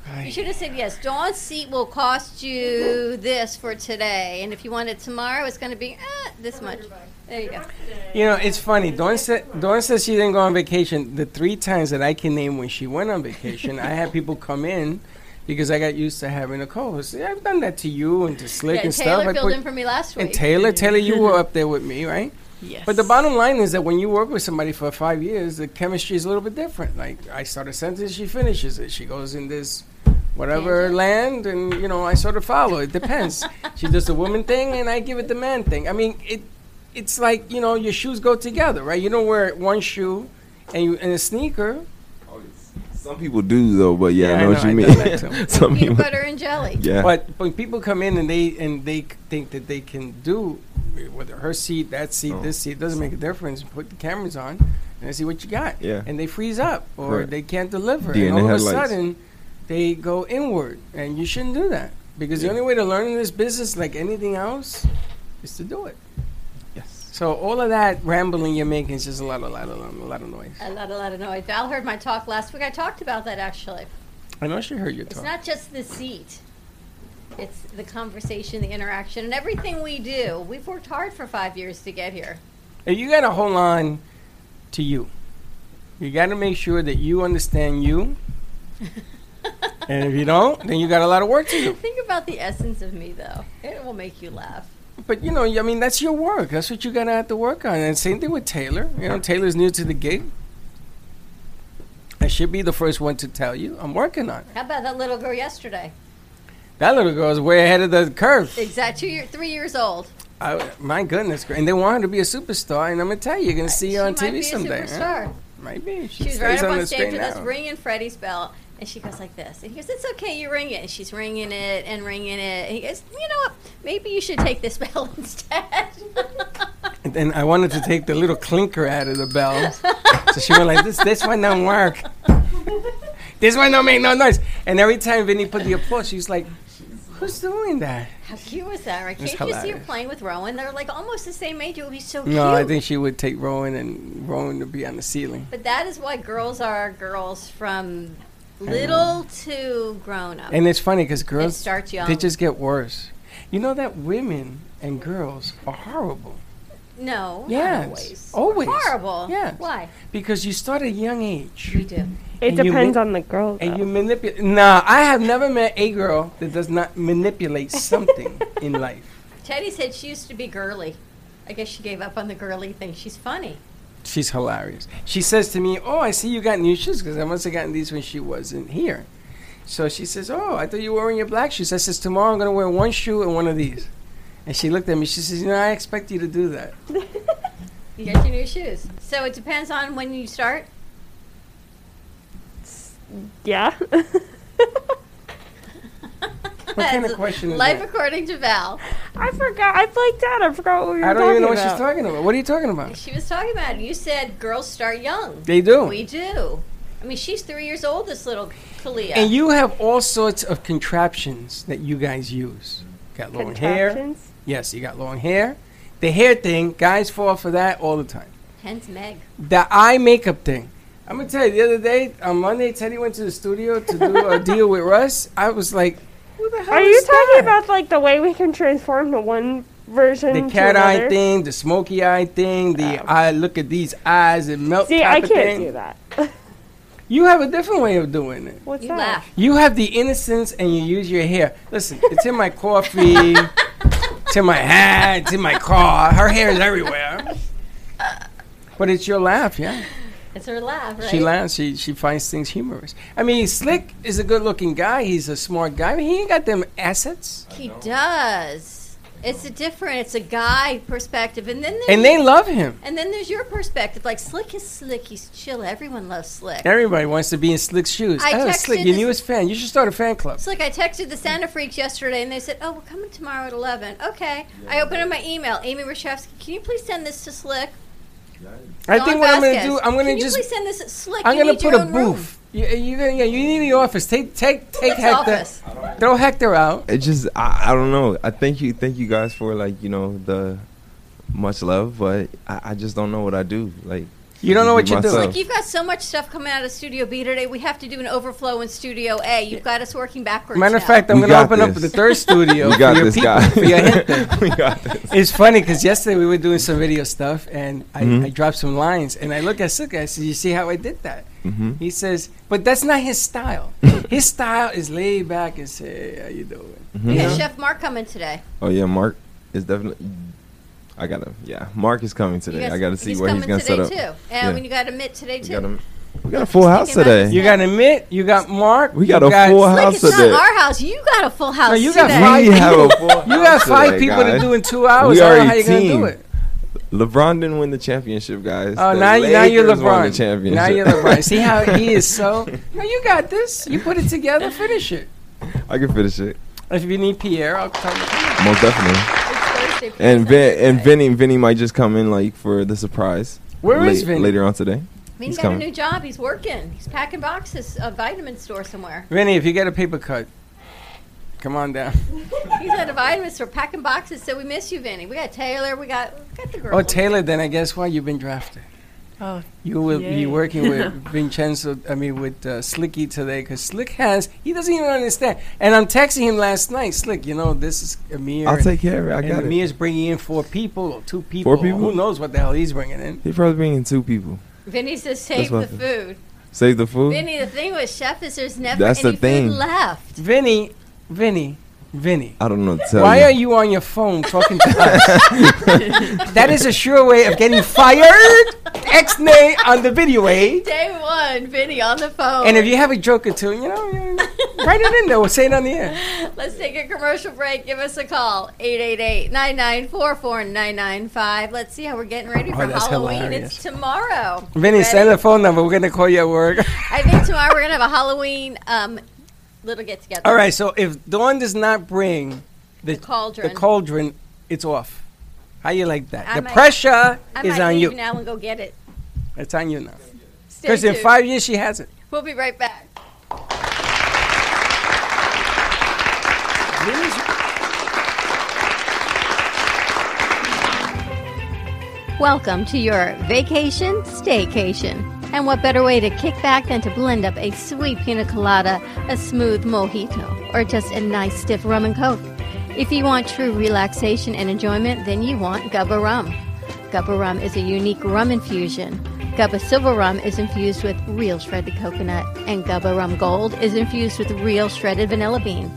S4: You
S3: Ay.
S4: should have said, yes, Dawn's seat will cost you this for today. And if you want it tomorrow, it's going to be eh, this much. There you go.
S3: You know, it's funny. Dawn said Dawn says she didn't go on vacation. The three times that I can name when she went on vacation, I had people come in because I got used to having a co-host. Yeah, I've done that to you and to Slick
S4: Yeah,
S3: and
S4: Taylor
S3: stuff. I
S4: filled in for me last week.
S3: and Taylor, Taylor, you were up there with me, right?
S7: Yes.
S3: But the bottom line is that when you work with somebody for five years, the chemistry is a little bit different. Like I start a sentence, she finishes it. She goes in this whatever
S4: Tangent.
S3: land, and you know I sort of follow. It depends. she does the woman thing, and I give it the man thing. I mean, it it's like you know your shoes go together, right? You don't wear one shoe and you and a sneaker.
S6: Some people do though, but yeah,
S3: Yeah, I
S6: I know
S3: know,
S6: what
S3: I
S6: you
S3: done that too.
S6: mean. (laughs) Some
S4: Peanut
S6: people,
S4: butter and jelly.
S6: yeah.
S3: But when people come in and they and they c- think that they can do whether her seat, that seat,
S6: Oh.
S3: this seat doesn't make a difference. Put the cameras on and see what you got.
S6: Yeah.
S3: And they freeze up or
S6: Correct.
S3: they can't deliver.
S6: Deer
S3: and
S6: in the
S3: all of a
S6: headlights.
S3: sudden, they go inward, and you shouldn't do that because
S6: Yeah.
S3: the only way to learn in this business, like anything else, is to do it.
S6: yes.
S3: So all of that rambling you're making is just a lot, a lot, a lot, a lot of noise.
S4: A lot, a lot of noise. Val heard my talk last week. I talked about that actually.
S3: I know she heard your
S4: It's
S3: talk.
S4: not just the seat. It's the conversation, the interaction, and everything we do. We've worked hard for five years to
S3: (laughs)
S4: get here.
S3: And you got to hold on to you. You got to make sure that you understand
S4: (laughs)
S3: you. and if you don't, then you got a lot of work to do.
S4: Think about the essence of me, though. It will make you laugh.
S3: But you know, I mean, that's your work. That's what you got to have to work on. And same thing with Taylor. You know, Taylor's new to the gig. I should be the first one to tell you I'm working on it.
S4: How about that little girl yesterday?
S3: That little girl is way ahead of the curve.
S4: Exactly, two year, three years old.
S3: I, my goodness, gra- and they want her to be a superstar. And I'm gonna tell you, you're gonna see her
S4: She
S3: on
S4: might
S3: TV
S4: be a
S3: someday. huh?
S4: superstar.
S3: Might be. She
S4: She was
S3: stays
S4: right up
S3: on
S4: on
S3: the
S4: stage
S3: straight
S4: with us
S3: now.
S4: ringing Freddie's bell, and she goes like this. And he goes, "It's okay, you ring it." And she's ringing it and ringing it. And he goes, "You know what? Maybe you should take this (laughs) bell
S3: (laughs)
S4: instead."
S3: And then I wanted to take the little clinker out of the bell. so she went like, this, this one don't work. this one don't make no noise. And every time Vinny put the applause, she's like, who's doing that?
S4: How cute was that? Right?
S3: It's
S4: Can't you see her
S3: hilarious. "Oh, "Oh,
S4: You get your new shoes. So it depends on when you start.
S5: Yeah. (laughs)
S3: What kind of question is
S4: Life
S3: that?
S4: according to Val.
S5: I forgot. I blanked out. I forgot what we were
S3: I
S5: talking
S3: don't even know what
S5: about.
S3: she's talking about. What are you talking about?
S4: She was talking about. it. You said girls start young.
S3: They do.
S4: We do. I mean, she's three years old. This little Kalia.
S3: And you have all sorts of contraptions that you guys use. Got long hair.
S5: Contraptions?
S3: Yes, you got long hair. The hair thing, guys fall for that all the time.
S4: Hence Meg.
S3: The eye makeup thing. I'm gonna tell you, the other day on Monday, Teddy went to the studio to do
S5: (laughs)
S3: a deal with Russ. I was like, "Who the hell
S5: Are you
S3: is
S5: talking
S3: that?
S5: about like the way we can transform the one version
S3: the
S5: to
S3: cat eye
S5: another?
S3: thing, the smoky eye thing, the I look at these eyes and melt"?
S5: Oh. See,
S3: type
S5: I
S3: of
S5: can't
S3: thing.
S5: do that.
S3: You have a different way of doing it.
S5: What's
S4: You
S5: that?
S4: laugh.
S3: You have the innocence and you use your hair. Listen, it's in my coffee, it's in my hat, it's in my car. Her hair is everywhere. But it's your laugh, yeah.
S4: It's her laugh, right?
S3: She laughs. She she finds things humorous. I mean, Slick is a good-looking guy. He's a smart guy. I mean, he ain't got them assets,
S4: He does. It's a different. It's a guy perspective, and then there's,
S3: and they love him.
S4: and then there's your perspective. Like Slick is Slick. He's chill. Everyone loves Slick.
S3: Everybody wants to be in Slick's shoes.
S4: I
S3: oh,
S4: texted
S3: Slick, your
S4: this-
S3: newest fan. You should start a fan club.
S4: It's like I texted the Santa Freaks yesterday, and they said, "Oh, we're coming tomorrow at 11." Okay. I opened up my email. Amy Rashevsky, can you please send this to Slick?
S3: I
S4: Don
S3: think what I'm going to
S4: Vasquez,
S3: do, I'm going
S4: can
S3: to just,
S4: you please send this to Slick.
S3: I'm
S4: You
S3: going
S4: need
S3: to put
S4: your
S3: a
S4: own room."
S3: booth. You, uh, you, gonna- yeah, you need the office. Take take take
S4: It's
S3: Hector.
S4: office.
S3: Throw Hector out.
S6: It just I, I don't know. I thank you thank you guys for like, you know, the much love, but I, I just don't know what I do. Like
S3: You don't know what you do.
S6: Myself.
S4: You've got so much stuff coming out of Studio B today. We have to do an overflow in Studio A. You've got us working backwards.
S3: Matter of
S4: now.
S3: fact, I'm
S6: We
S3: going to
S6: got
S3: open up
S6: this.
S3: the third studio
S6: (laughs) we got
S3: for your
S6: this
S3: people,
S6: guy.
S3: for
S6: (laughs)
S3: your Hector.
S6: we got this.
S3: It's funny because yesterday we were doing some video stuff, and I,
S6: Mhm.
S3: I dropped some lines, and I look at Slick. I said, "You see how I did that?"
S6: hmm
S3: He says, "But that's not his
S6: (laughs)
S3: style. his style is laid back and say, hey, how you doing?'"
S6: Mm-hmm.
S4: we got
S3: Yeah.
S4: Chef Mark coming today.
S6: Oh yeah, Mark is definitely I gotta yeah, Mark is coming
S4: You
S6: today.
S4: guys-
S6: I gotta see
S4: he's
S6: where
S4: coming
S6: he's gonna
S4: today
S6: set up.
S4: too. And
S6: Yeah.
S4: when you got a mitt today
S6: We
S4: too.
S6: got a we got a full house
S4: thinking about
S6: today.
S3: You got a mitt. You got Mark.
S6: We got
S3: you
S6: a full
S4: Slick,
S6: house
S4: it's not
S6: today.
S4: our house. You got a full house.
S3: you got
S4: today.
S3: five
S6: (laughs) We have a
S4: (laughs)
S6: full
S3: You got
S6: house
S3: five
S6: today,
S3: people to
S6: guys.
S3: do in two hours.
S6: We
S3: I don't
S6: are
S3: know
S6: a
S3: how you're going to do
S6: team.
S3: it.
S6: LeBron didn't win the championship, guys.
S3: Oh,
S6: The
S3: now, now you're
S6: Lakers won the
S3: LeBron. Now you're
S6: championship.
S3: LeBron. See
S6: (laughs)
S3: how he is so. No, you got this. You put it together. Finish it.
S6: I can finish it.
S3: If you need Pierre, I'll come.
S6: Most definitely.
S4: It's Thursday,
S6: And Vin,
S4: Thursday.
S6: and Vinny, Vinny might just come in like for the surprise.
S3: Where is
S6: Where is
S3: Vinny?
S6: Later on today.
S4: Vinny's
S6: he's
S4: got
S6: coming.
S4: a new job. He's working. He's packing boxes. A vitamin store somewhere.
S3: Vinny, if you get a paper cut, come on down.
S4: He's at a vitamin store packing boxes. So we miss you, Vinny. We got Taylor. We got we got the girl.
S3: Oh, Taylor, then I guess why you've been drafted.
S7: Oh,
S3: You will be
S7: Yay.
S3: working
S7: (laughs)
S3: with Vincenzo, I mean, with uh, Slicky today, because Slick has, he doesn't even understand. And I'm texting him last night, Slick, you know, this is Amir.
S6: I'll take care of it. I
S3: and
S6: got it.
S3: Amir's bringing in four people or two people.
S6: people?
S3: Who knows what the hell he's bringing in?
S6: He probably bringing two people.
S4: Vinny says save
S6: That's what
S4: the
S6: I
S4: food.
S6: Save the food.
S4: Vinny, the thing with chef is there's never
S6: That's the
S4: any
S6: thing.
S4: food left.
S3: Vinny, Vinny, Vinny.
S6: I don't know. To tell
S3: Why
S6: you.
S3: are you on your phone talking to us? (laughs) that is a sure way of getting fired. X nay on the video, eh?
S4: Day one, Vinny on the phone.
S3: And if you have a joke or two, you know,
S4: (laughs)
S3: yeah, write it in there. We'll say it on the air.
S4: Let's take a commercial break. Give us a call. 888-994-4995. Let's see how we're getting ready for
S3: Oh, that's
S4: Halloween.
S3: hilarious.
S4: It's tomorrow.
S3: Vinny,
S4: Ready?
S3: send the phone number. We're gonna call you at
S4: (laughs)
S3: work.
S4: I think tomorrow we're going to have a Halloween um, little get-together.
S3: All right. So if Dawn does not bring the,
S4: The cauldron.
S3: the cauldron, it's off. How you like that?
S4: I
S3: the
S4: might-
S3: pressure
S4: I
S3: is
S4: might
S3: on
S4: leave
S3: you.
S4: now and go get it.
S3: It's on you now.
S4: Stay
S3: Because in
S4: tuned.
S3: five years she has it.
S4: We'll be right back. Welcome to your vacation staycation. And what better way to kick back than to blend up a sweet pina colada, a smooth mojito, or just a nice stiff rum and coke? If you want true relaxation and enjoyment, then you want Gubba Rum. Gubba Rum is a unique rum infusion. Gubba Silver Rum is infused with real shredded coconut, and Gubba Rum Gold is infused with real shredded vanilla bean.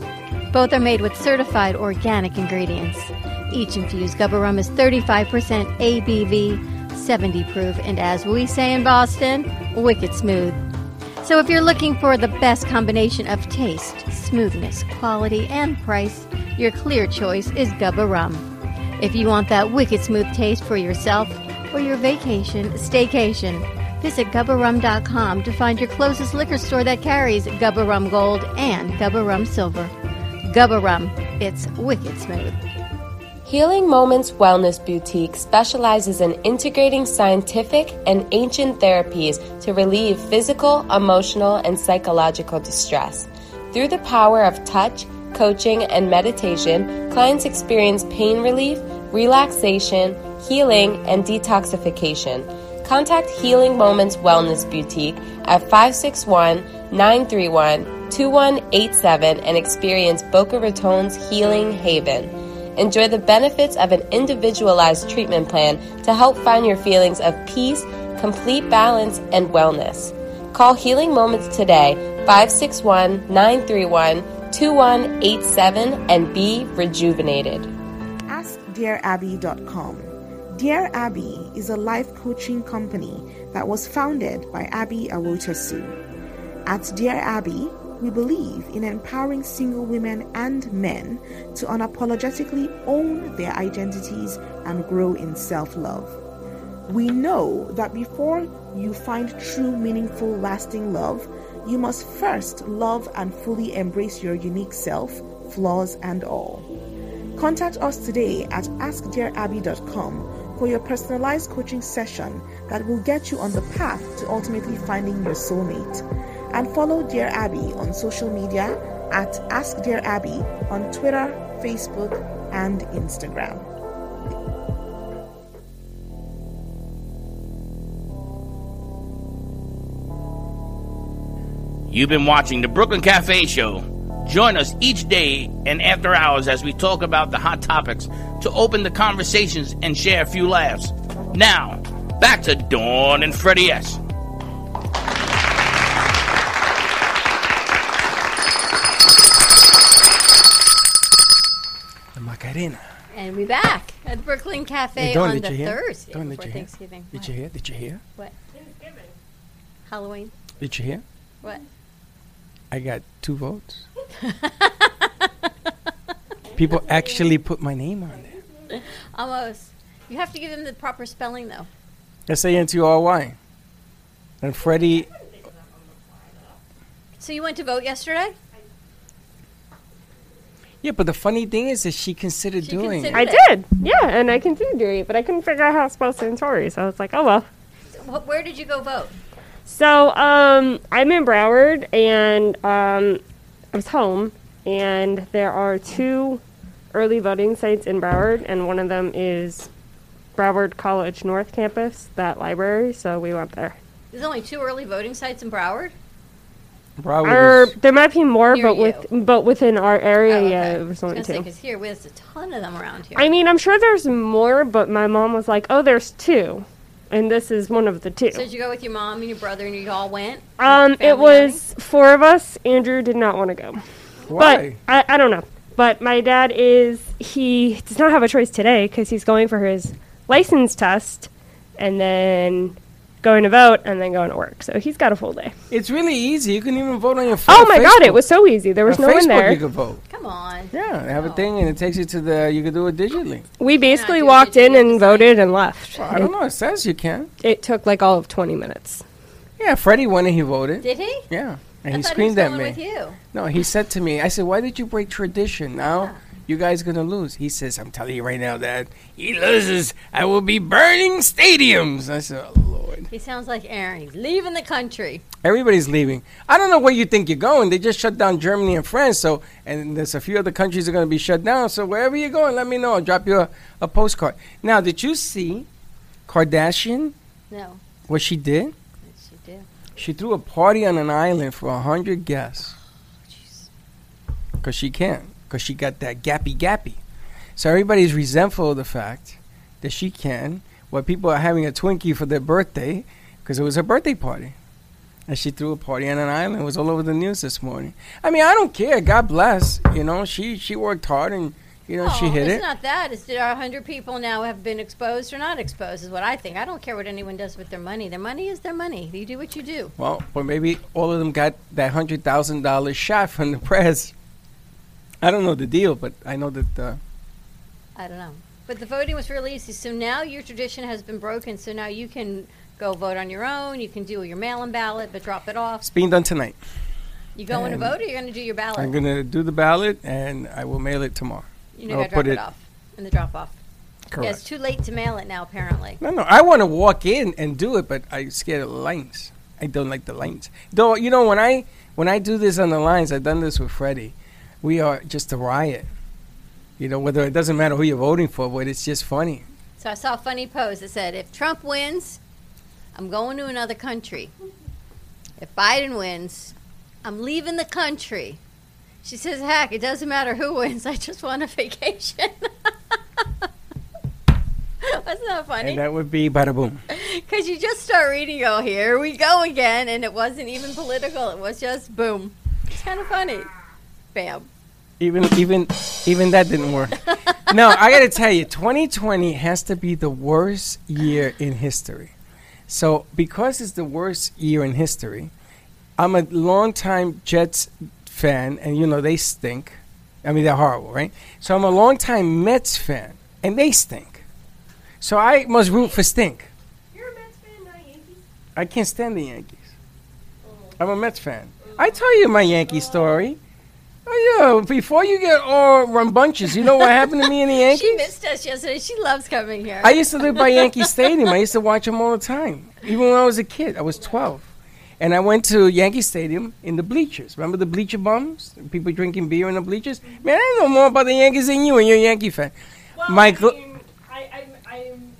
S4: Both are made with certified organic ingredients. Each infused Gubba Rum is 35% ABV, 70 proof, and as we say in Boston, wicked smooth. So if you're looking for the best combination of taste, smoothness, quality, and price, your clear choice is Gubba Rum. If you want that wicked smooth taste for yourself, or your vacation staycation. Visit gubbarum.com to find your closest liquor store that carries Gubba Rum Gold and Gubba Rum Silver. Gubba Rum, it's wicked smooth.
S8: Healing Moments Wellness Boutique specializes in integrating scientific and ancient therapies to relieve physical, emotional, and psychological distress. Through the power of touch, coaching, and meditation, clients experience pain relief, relaxation, healing, and detoxification. Contact Healing Moments Wellness Boutique at 561 931 2187 and experience Boca Raton's Healing Haven. Enjoy the benefits of an individualized treatment plan to help find your feelings of peace, complete balance, and wellness. Call Healing Moments today, 561 931 2187, and be rejuvenated.
S9: Ask DearAbby.com. Dear Abby is a life coaching company that was founded by Abby Awotasu. At Dear Abby, we believe in empowering single women and men to unapologetically own their identities and grow in self love. We know that before you find true, meaningful, lasting love, you must first love and fully embrace your unique self, flaws and all. Contact us today at askdearabby.com for your personalized coaching session that will get you on the path to ultimately finding your soulmate and follow Dear Abby on social media at Ask Dear Abby on Twitter, Facebook, and Instagram.
S10: You've been watching the Brooklyn Cafe Show. Join us each day and after hours as we talk about the hot topics to open the conversations and share a few laughs. Now, back to Dawn and Freddie S.
S3: The Macarena.
S4: And we back at the Brooklyn Cafe
S3: Hey, Dawn,
S4: on
S3: did
S4: the
S3: you hear?
S4: Thursday
S3: Dawn, did
S4: before
S3: you hear?
S4: Thanksgiving.
S3: Did you hear? Did you hear?
S4: What? Halloween.
S3: Did you hear?
S4: What?
S3: I got two votes. People actually put my name on there.
S4: Almost. You have to give them the proper spelling, though.
S3: S A N T O R Y. And Freddie,
S4: So you went to vote yesterday?
S3: yeah, but the funny thing is that she considered
S4: She
S3: doing
S4: considered-
S5: I did, yeah, and I continued doing it, but I couldn't figure out how to spell Santori, so I was like, oh well.
S4: Wh- Where did you go vote?
S5: So um, I'm in Broward, and um, I was home, and there are two early voting sites in Broward, and one of them is Broward College North Campus, that library. So we went there.
S4: There's only two early voting sites in Broward.
S5: Or
S3: Broward. is-
S5: there might be more,
S4: Near
S5: but with but within our area,
S4: Oh, okay.
S5: yeah, it was
S4: I was
S5: only
S4: gonna say,
S5: two.
S4: 'cause here, we- there's a ton of them around here.
S5: I mean, I'm sure there's more, but my mom was like, "Oh, there's two, and this is one of the two.
S4: so did you go with your mom and your brother and you all went?
S5: Um,
S4: Family
S5: it was four of us. Andrew did not want to go.
S3: Why?
S5: But I, I don't know. But my dad is, he does not have a choice today because he's going for his license test and then going to vote and then going to work. So he's got a full day.
S3: It's really easy. You can even vote on your phone.
S5: Oh my God,
S3: Facebook.
S5: it was so easy. There was
S3: on
S5: no
S3: Facebook
S5: one there.
S3: You could vote.
S4: Come on.
S3: Yeah, they have a
S4: Oh.
S3: thing, and it takes you to the. You could do it digitally.
S5: We basically
S4: doing
S5: walked
S4: it
S5: in
S4: because
S5: and voted and left.
S3: I don't know. It says you can.
S5: It, it took like all of 20 minutes.
S3: Yeah, Freddie went and he voted.
S4: Did he?
S3: Yeah, and
S4: I
S3: he
S4: thought
S3: screamed
S4: he was
S3: at
S4: going
S3: me.
S4: With you.
S3: No, he said to me, I said, why did you break tradition? Now you guys gonna lose. He says, I'm telling you right now, Dad, he loses. I will be burning stadiums. I said, oh, Lord.
S4: He sounds like Aaron. He's leaving the country.
S3: Everybody's leaving. I don't know where you think you're going. They just shut down Germany and France. So, and there's a few other countries that are gonna be shut down. So wherever you're going, let me know. I'll drop you a, a postcard. Now, did you see Kardashian?
S4: No,
S3: What she did?
S4: she did.
S3: She threw a party on an island for a hundred guests. Because she can. Because she got that gappy gappy. So everybody's resentful of the fact that she can, while people are having a Twinkie for their birthday, because it was her birthday party. And she threw a party on an island. It was all over the news this morning. I mean, I don't care. God bless. You know, she, she worked hard and, you know, she
S4: Oh,
S3: hit
S4: it's
S3: it.
S4: not that. It's did our hundred people now have been exposed or not exposed? Is what I think. I don't care what anyone does with their money. Their money is their money. You do what you do.
S3: Well, but maybe all of them got that hundred thousand dollars shot from the press. I don't know the deal, but I know that uh,
S4: I don't know. But the voting was really easy. So now your tradition has been broken. So now you can go vote on your own. You can do your mail-in ballot, but drop it off.
S3: It's being done tonight.
S4: You go in to
S3: And-
S4: vote, or you're going to do your ballot.
S3: I'm gonna do the ballot and I will mail it tomorrow.
S4: you know,
S3: I'll
S4: gotta drop it, off in the drop-off. Yeah, it's
S3: Correct.
S4: too late to mail it now. Apparently,
S3: No, no. I want to walk in and do it, but I scared of lines. I don't like the lines. Though you know, when I when I do this on the lines, I've done this with Freddie. We are just a riot. You know, whether it doesn't matter who you're voting for, but it's just funny.
S4: so I saw a funny post that said, "If Trump wins, I'm going to another country. If Biden wins, I'm leaving the country." She says, "Heck, it doesn't matter who wins. I just want a vacation." (laughs) That's not funny.
S3: And that would be bada boom.
S4: Because you just start reading, oh, here we go again. And it wasn't even political, it was just boom. It's kind of funny. Bam.
S3: Even even even that didn't work. (laughs) no, I got to tell you, 2020 has to be the worst year in history. So because it's the worst year in history, I'm a longtime Jets fan, and you know they stink. I mean they're horrible, right? So I'm a longtime Mets fan, and they stink. So I must root for stink.
S5: You're a Mets fan, not Yankees. Oh.
S3: I can't stand the Yankees. I'm a Mets fan. I tell you my Yankee story. Oh yeah, before you get all rambunctious, you know what happened to me
S5: (laughs)
S3: in the
S4: She
S3: Yankees?
S4: missed us yesterday. She loves coming here.
S3: I used to live by Yankee Stadium. I used to watch them all the time. Even when I was a kid, I was 12. And I went to Yankee Stadium in the bleachers. Remember the bleacher bums? People drinking beer in the bleachers? Man, I know more about the Yankees than you, and you're a Yankee fan.
S5: Well,
S3: My gl-
S5: I mean, I, I'm, I'm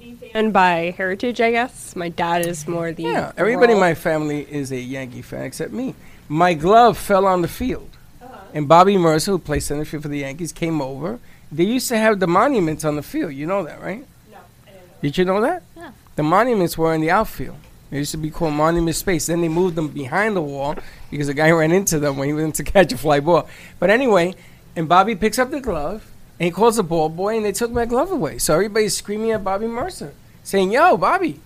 S5: the fan by heritage, I guess. My dad is more the.
S3: Yeah, everybody in
S5: rural-
S3: my family is a Yankee fan except me. My glove fell on the field,
S5: Uh-huh.
S3: and Bobby Mercer, who plays center field for the Yankees, came over. They used to have the monuments on the field. You know that, right?
S5: No, I didn't know.
S3: Did you know that?
S4: No.
S3: The monuments were in the outfield. They used to be called monument space. Then they moved them behind the wall because a guy (laughs) ran into them when he went to catch a fly ball. But anyway, and Bobby picks up the glove and he calls the ball boy, and they took my glove away. So everybody's screaming at Bobby Mercer, saying, "Yo, Bobby,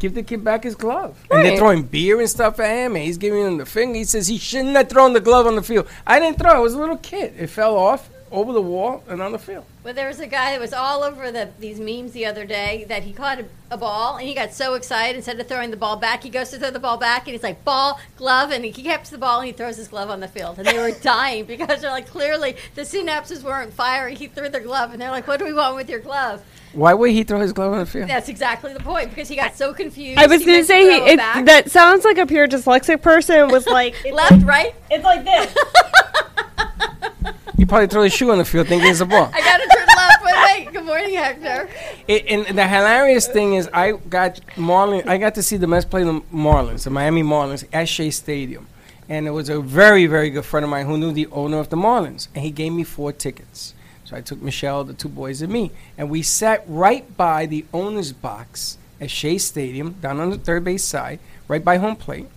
S3: give the kid back his glove." And they're
S5: Right.
S3: throwing beer and stuff at him, and he's giving him the finger. He says he shouldn't have thrown the glove on the field. I didn't throw. it. I was a little kid. It fell off over the wall and on the field.
S4: Well, there was a guy that was all over the, these memes the other day that he caught a, a ball and he got so excited. Instead of throwing the ball back, he goes to throw the ball back and he's like, ball, glove. And he keeps the ball and he throws his glove on the field. And they
S5: (laughs)
S4: were dying because they're like, clearly the synapses weren't firing. He threw the glove and they're like, what do we want with your glove?
S3: Why would he throw his glove on the field?
S4: That's exactly the point because he got so confused.
S5: I was
S4: He
S5: gonna
S4: meant to
S5: say
S4: throw it
S5: he, it,
S4: back.
S5: that sounds like a pure dyslexic person
S4: (laughs)
S5: was like it's,
S4: left, right.
S5: it's like this.
S3: He probably threw his shoe on the field thinking it's a ball.
S4: I gotta turn left. Wait, wait. Good morning, Hector.
S3: It, and the hilarious thing is, I got Marlin. I got to see the Mets play the Marlins, the Miami Marlins, at Shea Stadium, and it was a very, very good friend of mine who knew the owner of the Marlins, and he gave me four tickets. So I took Michelle, the two boys, and me, and we sat right by the owner's box at Shea Stadium, down on the third base side, right by home plate.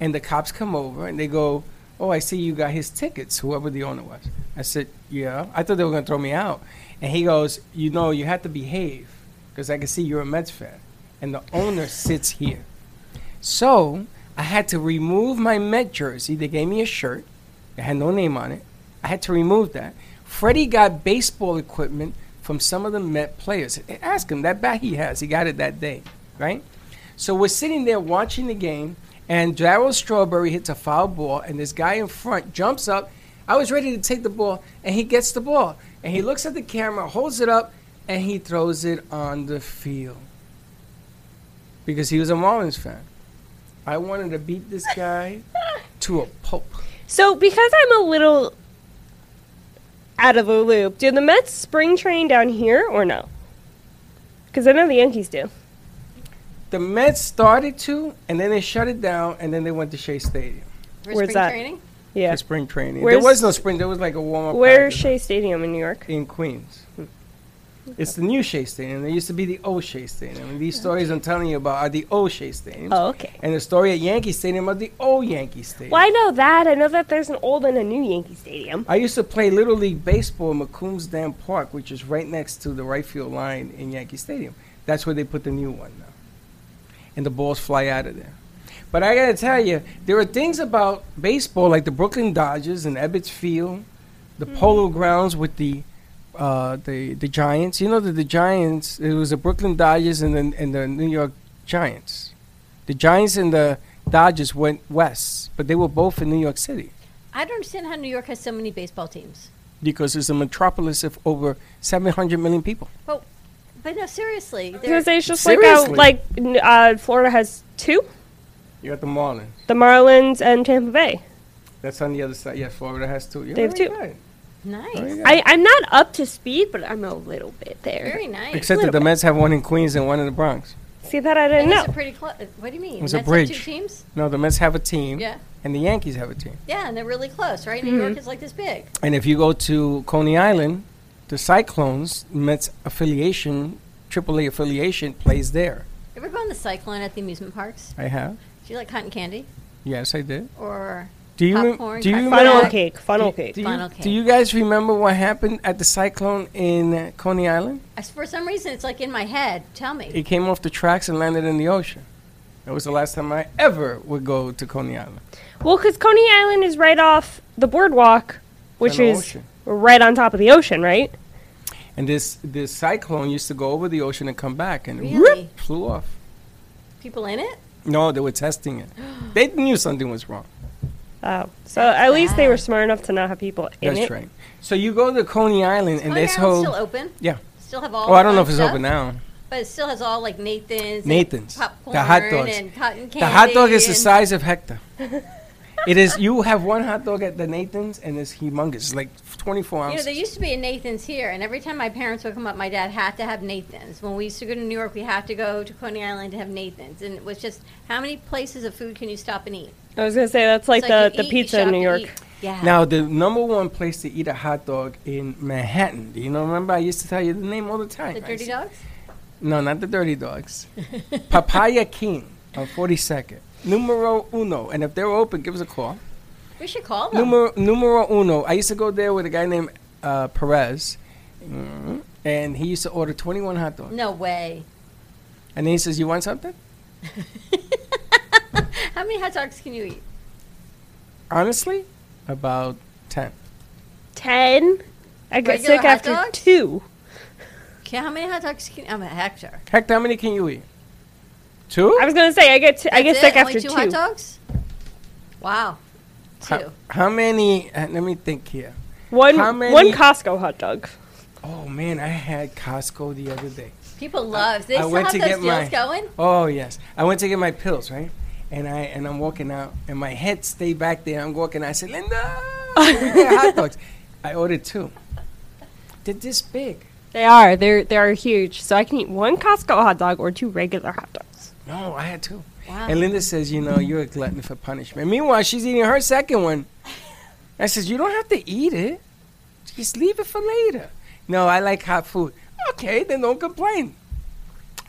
S3: And the cops come over and they go, "Oh, I see you got his tickets. Whoever the owner was." I said, "Yeah." I thought they were gonna throw me out. And he goes, "You know, you have to behave because I can see you're a Mets fan, and the owner sits here." So I had to remove my Met jersey. They gave me a shirt. It had no name on it. I had to remove that. Freddie got baseball equipment from some of the Met players. Ask him that bat he has. He got it that day, right? So we're sitting there watching the game, and Darryl Strawberry hits a foul ball, and this guy in front jumps up. I was ready to take the ball, and he gets the ball, and he looks at the camera, holds it up, and he throws it on the field because he was a Marlins fan. I wanted to beat this guy to a pulp.
S5: So because I'm a little out of the loop, do the Mets spring train down here or no? Because I know the Yankees do.
S3: The Mets started to, and then they shut it down, and then they went to Shea Stadium
S4: For
S5: Where's
S4: spring
S5: that?
S4: training?
S5: Yeah.
S3: for spring training.
S5: Where's-
S3: there was no spring; there was like a warm up.
S5: Where's Shea Stadium in New York?
S3: in Queens. It's the new Shea Stadium. There used to be the old Shea Stadium. And these stories I'm telling you about are the old Shea Stadium.
S5: Oh, okay.
S3: And the story at Yankee Stadium are the old Yankee Stadium.
S5: Well, I know that. I know that there's an old and a new Yankee Stadium.
S3: I used to play Little League Baseball in McCombs Dam Park, which is right next to the right field line in Yankee Stadium. That's where they put the new one now. And the balls fly out of there. But I got to tell you, there are things about baseball like the Brooklyn Dodgers and Ebbets Field, the Polo Grounds with the uh, the the Giants. You know that the Giants. It was the Brooklyn Dodgers and the and the New York Giants. The Giants and the Dodgers went west, but they were both in New York City
S4: I don't understand how New York has so many baseball teams.
S3: because it's a metropolis of over 700 million people.
S4: But, but no, seriously.
S5: Because
S4: they're-
S5: it's just like how,
S3: Seriously?
S5: like n- uh, Florida has two,
S3: You got the Marlins.
S5: the Marlins and Tampa Bay.
S3: That's on the other side. Yeah, Florida has two. You're
S5: They have
S3: very
S5: two.
S3: right.
S4: nice.
S5: I, I'm not up to speed, but I'm a little bit there.
S4: Very nice.
S3: Except that the Mets have one in Queens and one in the Bronx.
S5: See that I didn't
S4: And
S5: know.
S4: it's a pretty close. What do you mean?
S3: It's a
S4: Mets have
S3: bridge.
S4: two teams?
S3: No, the Mets have a team,
S4: Yeah.
S3: and the Yankees have a team.
S4: Yeah, and they're really close, right? New York is like this big.
S3: And if you go to Coney Island, the Cyclones Mets affiliation, AAA affiliation, plays there.
S4: Ever been on the cyclone at the amusement parks?
S3: I have.
S4: Do you like cotton candy
S3: Yes, I did.
S4: or
S3: Do you rem-
S4: Popcorn,
S3: do you
S4: cotton
S3: remember?
S4: candy.
S5: Funnel
S4: Yeah.
S5: cake, funnel
S3: do,
S5: cake.
S3: do you,
S4: Funnel
S3: do you guys remember what happened at the Cyclone in uh, Coney Island?
S4: I s for some reason it's like in my head. Tell me.
S3: It came off the tracks and landed in the ocean. That was the last time I ever would go to Coney Island.
S5: Well, because Coney Island is right off the boardwalk, which
S3: on the
S5: is
S3: ocean.
S5: right on top of the ocean, right?
S3: And this this cyclone used to go over the ocean and come back, and it
S4: Really?
S3: flew off.
S4: People in it?
S3: No, they were testing
S4: (gasps)
S3: it. they knew something was wrong.
S5: Oh, so at least they were smart enough to not have people in
S3: That's
S5: it.
S3: right. So you go to Coney Island, and
S4: Coney
S3: this
S4: Island's
S3: whole
S4: Oh, still open.
S3: yeah.
S4: Still have all.
S3: Oh,
S4: the
S3: I don't know
S4: fun
S3: if it's
S4: stuff,
S3: open
S4: (laughs)
S3: now.
S4: But it still has all like Nathan's. and
S3: Nathan's. The
S4: Popcorn
S3: hot dogs.
S4: And cotton candy.
S3: The hot dog is the
S4: and-
S3: size of
S4: (laughs)
S3: Hector. it is. You have one hot dog at the Nathan's, and it's humongous. It's like 24
S4: You know,
S3: ounces.
S4: there used to be a Nathan's here, and every time my parents would come up, my dad had to have Nathan's. When we used to go to New York, we had to go to Coney Island to have Nathan's, and it was just how many places of food can you stop and eat?
S5: I was gonna say that's like,
S4: It's
S5: the,
S4: you
S5: the
S4: eat, you
S5: pizza in
S4: shop,
S5: New
S4: you
S5: York.
S4: eat. Yeah.
S3: now, the number one place to eat a hot dog in Manhattan. Do you know? Remember, I used to tell you the name all the time.
S4: the
S3: I
S4: dirty
S3: said-
S4: dogs.
S3: No, not the Dirty
S4: (laughs)
S3: Dogs. Papaya King on 42nd. Numero uno. And if they're open, give us a call.
S4: We should call them.
S3: Numero, numero uno. I used to go there with a guy named uh, Perez, mm, and he used to order 21 hot dogs.
S4: No way.
S3: And then he says, You want something?
S4: How many hot dogs can you eat?
S3: Honestly, about 10.
S5: Ten. I got
S4: Regular
S5: sick
S4: hot
S5: after
S4: dogs?
S5: two.
S4: Okay, how many hot dogs can I'm a Hector?
S3: Heck, how many can you eat? Two?
S5: I was gonna say I get t- I get
S4: That's
S5: sick
S4: it?
S5: after
S4: Only two, hot dogs. Wow, two.
S3: How, how many? Uh, let me think here.
S5: One
S3: How
S5: one
S3: many-
S5: Costco hot dog.
S3: Oh, man, I had Costco the other day.
S4: People love. They
S3: I
S4: still
S3: went
S4: have
S3: to
S4: those
S3: get
S4: deals
S3: my-
S4: going.
S3: Oh yes, I went to get my pills, right? And I and I'm walking out, and my head stayed back there. I'm walking. I said, Linda, we got hot dogs. I ordered two. They're this big.
S5: They are. They're they are huge. So I can eat one Costco hot dog or two regular hot dogs.
S3: No, I had two.
S4: Wow.
S3: And Linda says, you know, you're a glutton for punishment. Meanwhile, she's eating her second one. I says, you don't have to eat it. Just leave it for later. No, I like hot food. Okay, then don't complain.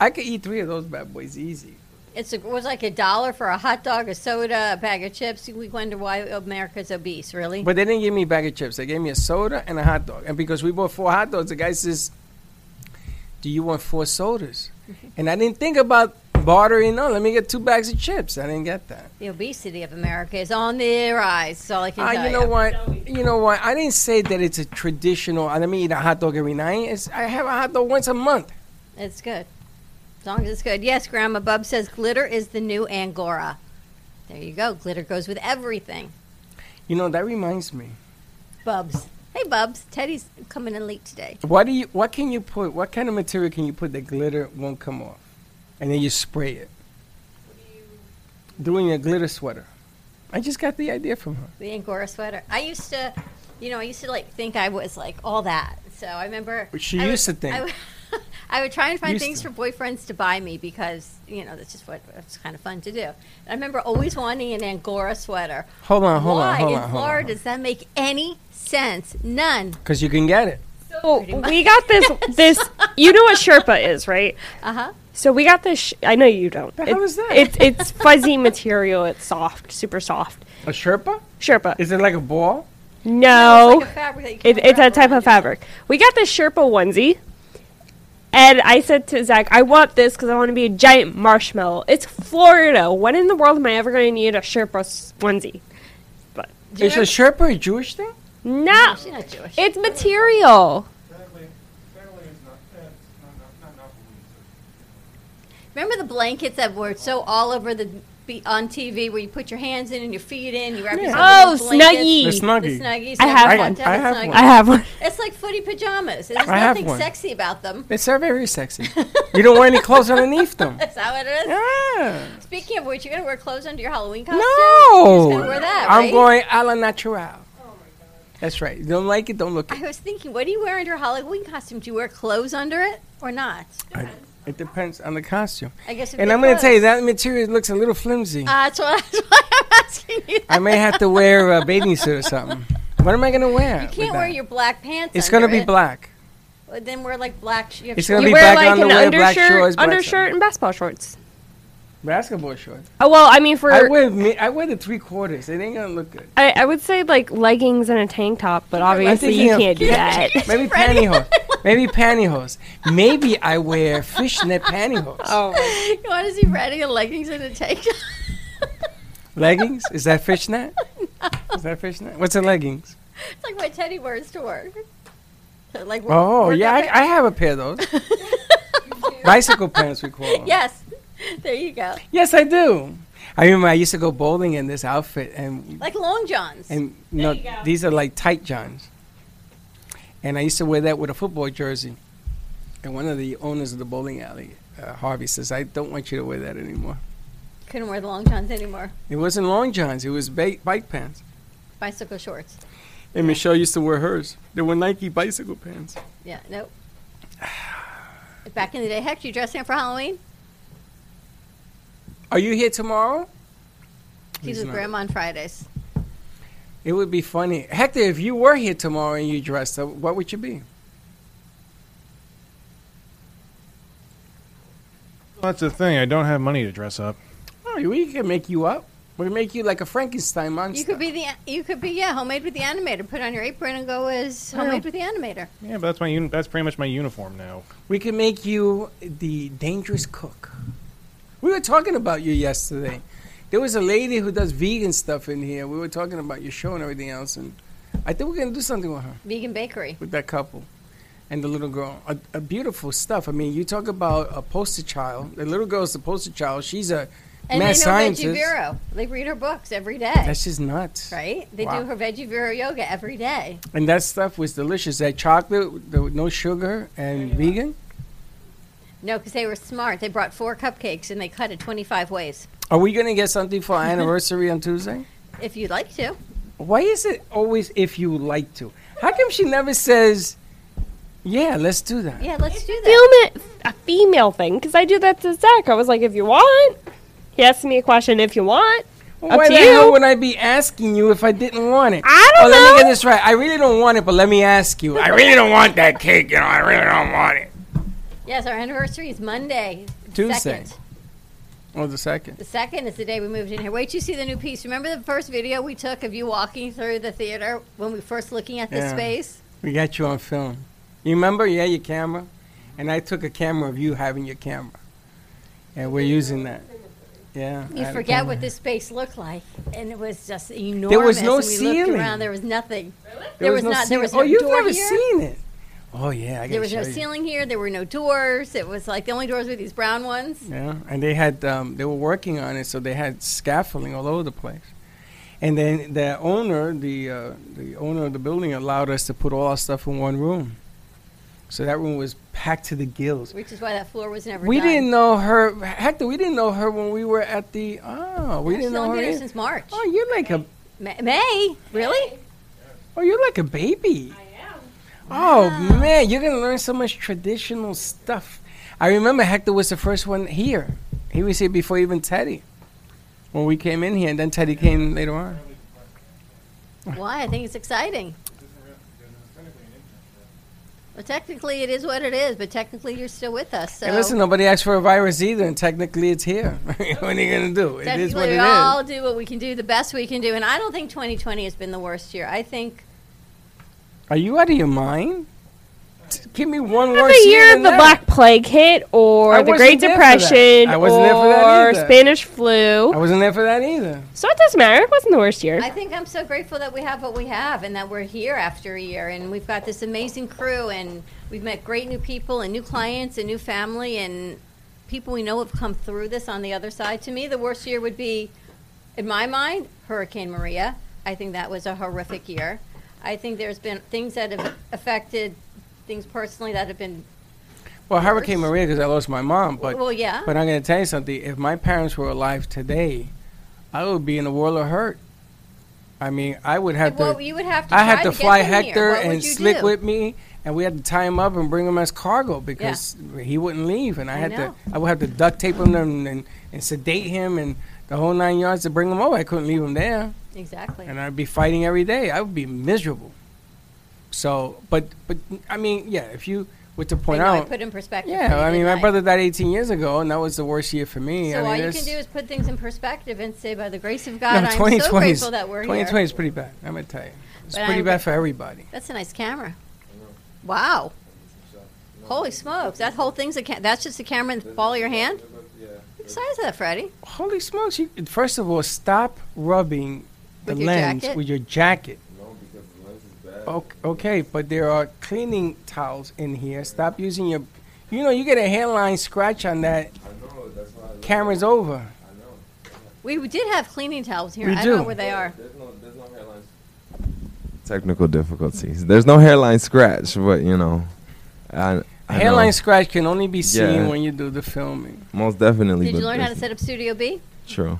S3: I could eat three of those bad boys easy.
S4: It's a, it was like a dollar for a hot dog, a soda, a bag of chips. We wonder why America's obese. Really?
S3: But they didn't give me a bag of chips. They gave me a soda and a hot dog. And because we bought four hot dogs, the guy says, "Do you want four sodas?" And I didn't think about bartering. No, let me get two bags of chips. I didn't get that.
S4: the obesity of America is on the rise. That's all I can
S3: Ah,
S4: tell
S3: you know what? You know what? I didn't say that it's a traditional. uh, Let me eat a hot dog every night. It's, I have a hot dog once a month.
S4: It's good. As long as it's good. Yes, Grandma Bub says glitter is the new Angora. There you go. Glitter goes with everything.
S3: You know that reminds me.
S4: Bubs. Hey, Bubs. Teddy's coming in late today.
S3: What do you? What can you put? What kind of material can you put that glitter won't come off? And then you spray it. Doing a glitter sweater. I just got the idea from her.
S4: The Angora sweater. I used to, you know, I used to like think I was like all that. So I remember.
S3: But she
S4: I
S3: used to think.
S4: I would, (laughs) I would try and find
S3: Used
S4: things
S3: to.
S4: for boyfriends to buy me because you know that's just what it's kind of fun to do. I remember always wanting an Angora sweater.
S3: Hold on, hold
S4: Why
S3: on, hold
S4: in
S3: on, hold
S4: Florida
S3: on.
S4: does that make any sense? None.
S3: Because you can get it.
S5: So Oh, we got (laughs) this this you know what Sherpa is, right?
S4: Uh huh.
S5: So we got this. Sh- I know you don't.
S3: The
S5: It-
S3: hell is that?
S5: It's
S3: (laughs)
S5: it's fuzzy material. It's soft, super soft.
S3: A Sherpa?
S5: Sherpa.
S3: Is it like a ball? Oh.
S5: no,
S4: It's like a fabric that you
S5: it,
S4: can
S5: it's a
S4: wrap
S5: type
S4: around
S5: of fabric. We got this Sherpa onesie, and I said to Zach, "I want this because I want to be a giant marshmallow." It's Florida. When in the world am I ever going to need a Sherpa s- onesie?
S3: Is a Sherpa a Jewish thing?
S5: No,
S4: She's not Jewish.
S5: it's material.
S4: Remember the blankets that were so all over the be- on TV where you put your hands in and your feet in, you wrap yourself
S2: Yeah.
S4: in these
S2: Oh,
S4: blankets?
S2: Snuggie.
S3: The Snuggie.
S4: The Snuggies.
S2: I have
S4: Everyone
S2: one.
S4: to have a
S3: I have
S4: Snuggie.
S3: one.
S2: I have one.
S4: It's like footy pajamas. There's
S3: I have
S4: nothing
S3: one.
S4: sexy about them. (laughs)
S3: It's uh, very sexy. you don't wear any clothes underneath them.
S4: That's how it is.
S3: Yeah.
S4: Speaking of which, you're gonna wear clothes under your Halloween costume.
S3: No.
S4: You're just gonna wear that,
S3: I'm
S4: right?
S3: going a la natural. That's right. You don't like it, don't look it.
S4: I was thinking, what do you wear under your Halloween costume? Do you wear clothes under it or not?
S3: It depends on the costume.
S4: I guess. it'd
S3: And
S4: be
S3: I'm going to
S4: clothes.
S3: tell you, that material looks a little flimsy.
S4: Uh, that's, why, (laughs) that's why I'm asking you. That.
S3: I may have to wear a bathing suit or something. What am I going to wear?
S4: You
S3: with
S4: can't wear
S3: that?
S4: your black pants.
S3: It's going to
S4: under
S3: be
S4: it.
S3: black.
S4: Well, Then wear like black. Sh- you have
S3: It's
S4: short-
S3: gonna
S5: You
S3: be
S5: wear
S3: black
S5: like an
S3: underwear, black shorts,
S5: undershirt,
S3: black
S5: undershirt,
S3: something.
S5: and basketball shorts.
S3: Basketball shorts.
S5: Oh well, I mean for
S3: I wear me, I wear the three quarters. It ain't going to look good.
S5: I, I would say like leggings and a tank top, but obviously
S3: thinking
S5: you
S3: of- (laughs)
S5: can't do that.
S3: Maybe pantyhose. Maybe pantyhose. Maybe I wear fishnet pantyhose.
S4: (laughs) you want to see Reddy in leggings and a tank top? (laughs)
S3: Leggings? Is that fishnet? Is that fishnet? What's a leggings?
S4: It's like what Teddy wears to work. (laughs) Like work-
S3: Oh
S4: workout
S3: yeah, I,
S4: pants.
S3: I have a pair of those. Bicycle pants, we call them.
S4: Yes, (laughs) there you go.
S3: Yes, I do. I remember I used to go bowling in this outfit, and
S4: Like long johns.
S3: and no, these are like tight johns. And I used to wear that with a football jersey. And one of the owners of the bowling alley, uh, Harvey, says, "I don't want you to wear that anymore."
S4: Couldn't wear the long johns anymore.
S3: It wasn't long johns; it was ba- bike pants.
S4: Bicycle shorts.
S3: And Michelle used to wear hers. They were Nike bicycle pants.
S4: Yeah, nope. (sighs) Back in the day, heck, you dressing up for Halloween?
S3: Are you here tomorrow?
S4: He's,
S3: He's
S4: with
S3: not.
S4: Grandma on Fridays.
S3: It would be funny, Hector. If you were here tomorrow and you dressed up, what would you be?
S11: That's the thing. I don't have money to dress up.
S3: Oh, we can make you up. We can make you like a Frankenstein monster.
S4: You could be the you could be yeah homemade with the animator. Put on your apron and go as homemade with the animator.
S11: Yeah, but that's my uni- that's pretty much my uniform now.
S3: We can make you the dangerous cook. We were talking about you yesterday. There was a lady who does vegan stuff in here. We were talking about your show and everything else, and I think we're gonna do something with her,
S4: Vegan bakery.
S3: with that couple, and the little girl. A, a beautiful stuff. I mean, you talk about a poster child. The little girl's the poster child. She's a mad
S4: And they know Veggie
S3: scientist.
S4: Vero. They read her books every day.
S3: That's just nuts.
S4: right? They
S3: Wow.
S4: do her Veggie Vero yoga every day.
S3: And that stuff was delicious. That chocolate, the, no sugar, and vegan.
S4: No, because they were smart. They brought four cupcakes and they cut it 25 ways.
S3: Are we gonna get something
S4: (laughs)
S3: for our anniversary on Tuesday?
S4: If you'd like to.
S3: Why is it always if you like to? How come she never says, yeah, let's do that?
S4: Yeah, let's do that.
S5: Film it a female thing because I do that to Zach. I was like, if you want, he asked me a question. If you want,
S3: Well,
S5: Up
S3: why
S5: to
S3: the hell
S5: you.
S3: would I be asking you if I didn't want it?
S5: I don't
S3: oh, let me
S5: know.
S3: get this right. I really don't want it, but let me ask you. I really don't want that cake, you know, I really don't want it.
S4: Yes, our anniversary is Monday. the
S3: Tuesday.
S4: Second.
S3: Oh, the second.
S4: The second is the day we moved in here. Wait, till you see the new piece. Remember the first video we took of you walking through the theater when we first looking at the
S3: Yeah.
S4: space?
S3: We got you on film. You remember? Yeah, your camera. And I took a camera of you having your camera. And we're using that. Yeah. I
S4: You
S3: had a
S4: forget
S3: camera.
S4: what this space looked like, and it was just enormous.
S3: no
S4: and we
S3: ceiling.
S4: Looked around, there was nothing. There,
S3: There
S4: was,
S3: no
S4: not.
S3: ceiling.
S4: There was
S3: oh,
S4: no
S3: you've
S4: door
S3: never
S4: here.
S3: seen it. Oh, yeah. I
S4: There
S3: gotta
S4: was no
S3: show you.
S4: ceiling here. There were no doors. It was like the only doors were these brown ones.
S3: Yeah, and they had um, they were working on it, so they had scaffolding all over the place. And then the owner, the uh, the owner of the building, allowed us to put all our stuff in one room. So that room was packed to the gills.
S4: Which is why that floor was never
S3: We
S4: done.
S3: didn't know her, Hector. We didn't know her when we were at the. Oh, we
S4: She's
S3: didn't know
S4: only
S3: her.
S4: been here
S3: either.
S4: since March.
S3: Oh, you're like a
S4: Ma- May? Really?
S3: oh, you're like a baby. I am. Oh man, you're gonna learn so much traditional stuff. I remember Hector was the first one here. He was here before even Teddy. When we came in here, and then Teddy came later on.
S4: Why? I think it's exciting. Well, technically, it is what it is, but technically, you're still with us. So
S3: And listen, nobody asked for a virus either, and technically it's here. (laughs) what are you gonna do? It
S4: technically,
S3: is what it
S4: we
S3: is.
S4: all do what we can do, the best we can do. And I don't think 2020 has been the worst year. I think
S3: Are you out of your mind? T- Give me one
S5: Not
S3: word.
S5: the year the Black Plague hit,
S3: I
S5: or the
S3: wasn't
S5: Great
S3: there for that.
S5: Depression,
S3: I wasn't there for that
S5: or
S3: either.
S5: Spanish flu.
S3: I wasn't there for that either.
S5: So it doesn't matter. It wasn't the worst year.
S4: I think I'm so grateful that we have what we have and that we're here after a year and we've got this amazing crew and we've met great new people and new clients and new family and people we know have come through this on the other side. To me, the worst year would be, in my mind, Hurricane Maria. I think that was a horrific year. I think there's been things that have affected things personally that have been
S3: Well, Hurricane Maria, because I lost my mom. But
S4: Well, yeah.
S3: But I'm going to tell you something. If my parents were alive today, I would be in a world of hurt. I mean, I would have
S4: Well,
S3: to.
S4: you would have to
S3: I had
S4: try
S3: to
S4: to get
S3: fly
S4: them here.
S3: Hector
S4: What would
S3: and
S4: you
S3: Slick
S4: do?
S3: with me, and we had to tie him up and bring him as cargo because he wouldn't leave, and I,
S4: I
S3: had to.
S4: know.
S3: I would have to duct tape him and, and and sedate him and the whole nine yards to bring him over. I couldn't leave him there
S4: exactly.
S3: and I'd be fighting every day. I would be miserable. So, but but I mean, yeah. If you were to
S4: I
S3: point
S4: know I
S3: out,
S4: put in perspective. for
S3: yeah,
S4: you,
S3: I mean,
S4: didn't
S3: my
S4: I?
S3: brother died 18 years ago, and that was the worst year for me.
S4: So
S3: I mean,
S4: all you
S3: there's-
S4: can do
S3: (laughs)
S4: is put things in perspective and say, by the grace of
S3: Yeah,
S4: God, I'm
S3: 2020
S4: so
S3: 's-
S4: grateful that we're
S3: 2020
S4: here.
S3: is pretty bad. I'm gonna tell you, it's
S4: But
S3: pretty
S4: I'm-
S3: bad for everybody.
S4: That's a nice camera. Wow. Holy smokes! That whole thing's a ca- that's just a camera in the ball of your hand. What size is that, Freddie?
S3: Holy smokes! You, first of all, stop rubbing the
S4: With your
S3: lens
S4: jacket?
S3: with your jacket. Okay, okay, but there are cleaning towels in here. Stop using your. You know, you get a hairline scratch on that. Camera's over.
S4: We did have cleaning towels here.
S3: We
S4: I don't
S3: do.
S4: know where they are.
S6: Technical difficulties. There's no hairline scratch, but you know, I, I know.
S3: Hairline scratch can only be seen
S6: Yeah.
S3: when you do the filming.
S6: most definitely.
S4: Did you
S6: but
S4: learn how to
S6: there's-
S4: set up Studio B?
S6: True.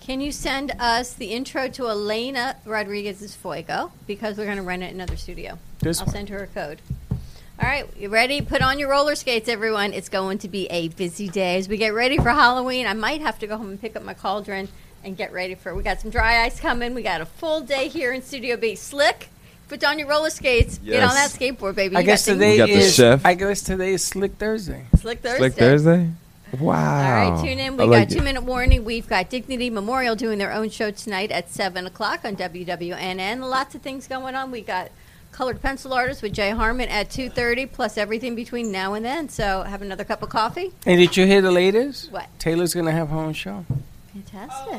S4: Can you send us the intro to Elena Rodriguez's Fuego because we're going to rent it in another studio?
S3: This
S4: I'll
S3: one.
S4: send her a code. All right, you ready? Put on your roller skates, everyone. It's going to be a busy day as we get ready for Halloween. I might have to go home and pick up my cauldron and get ready for. We got some dry ice coming. We got a full day here in Studio B. Slick, put on your roller skates. Get on that
S6: Yes.
S4: skateboard, baby.
S3: I
S4: You
S3: guess
S4: got things-
S3: today
S6: We got the
S3: is.
S6: chef.
S3: I guess today is Slick Thursday.
S4: Slick Thursday.
S6: Slick Thursday.
S4: All
S6: Wow.
S4: right, tune in.
S6: I
S4: We
S6: like
S4: got
S6: it.
S4: two minute warning. We've got Dignity Memorial doing their own show tonight at seven o'clock on WWNN. Lots of things going on. We got Colored Pencil Artist with Jay Harmon at two thirty, plus everything between now and then. So have another cup of coffee.
S3: And did you hear the latest?
S4: What?
S3: Taylor's gonna have her own show.
S4: Fantastic.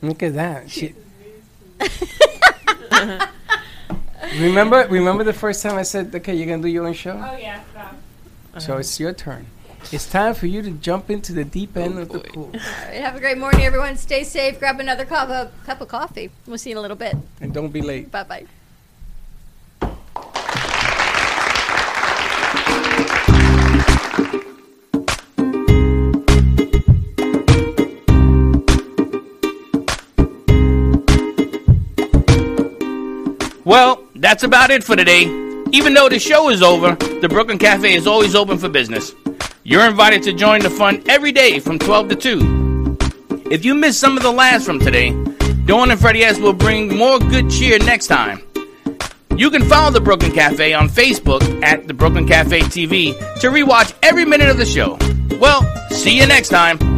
S3: Look at that. She, (laughs) remember, remember the first time I said, "Okay, you're gonna do your own show." Oh yeah. So it's your turn. It's time for you to jump into the deep end of the pool.
S4: All right, have a great morning, everyone. Stay safe. Grab another cup of cup of coffee. We'll see you in a little bit.
S3: and don't be late.
S4: Bye bye.
S10: Well, that's about it for today. Even though the show is over, the Brooklyn Cafe is always open for business. You're invited to join the fun every day from 12 to 2. If you missed some of the laughs from today, Dawn and Freddie S will bring more good cheer next time. You can follow the Brooklyn Cafe on Facebook at the Brooklyn Cafe TV to rewatch every minute of the show. Well, see you next time.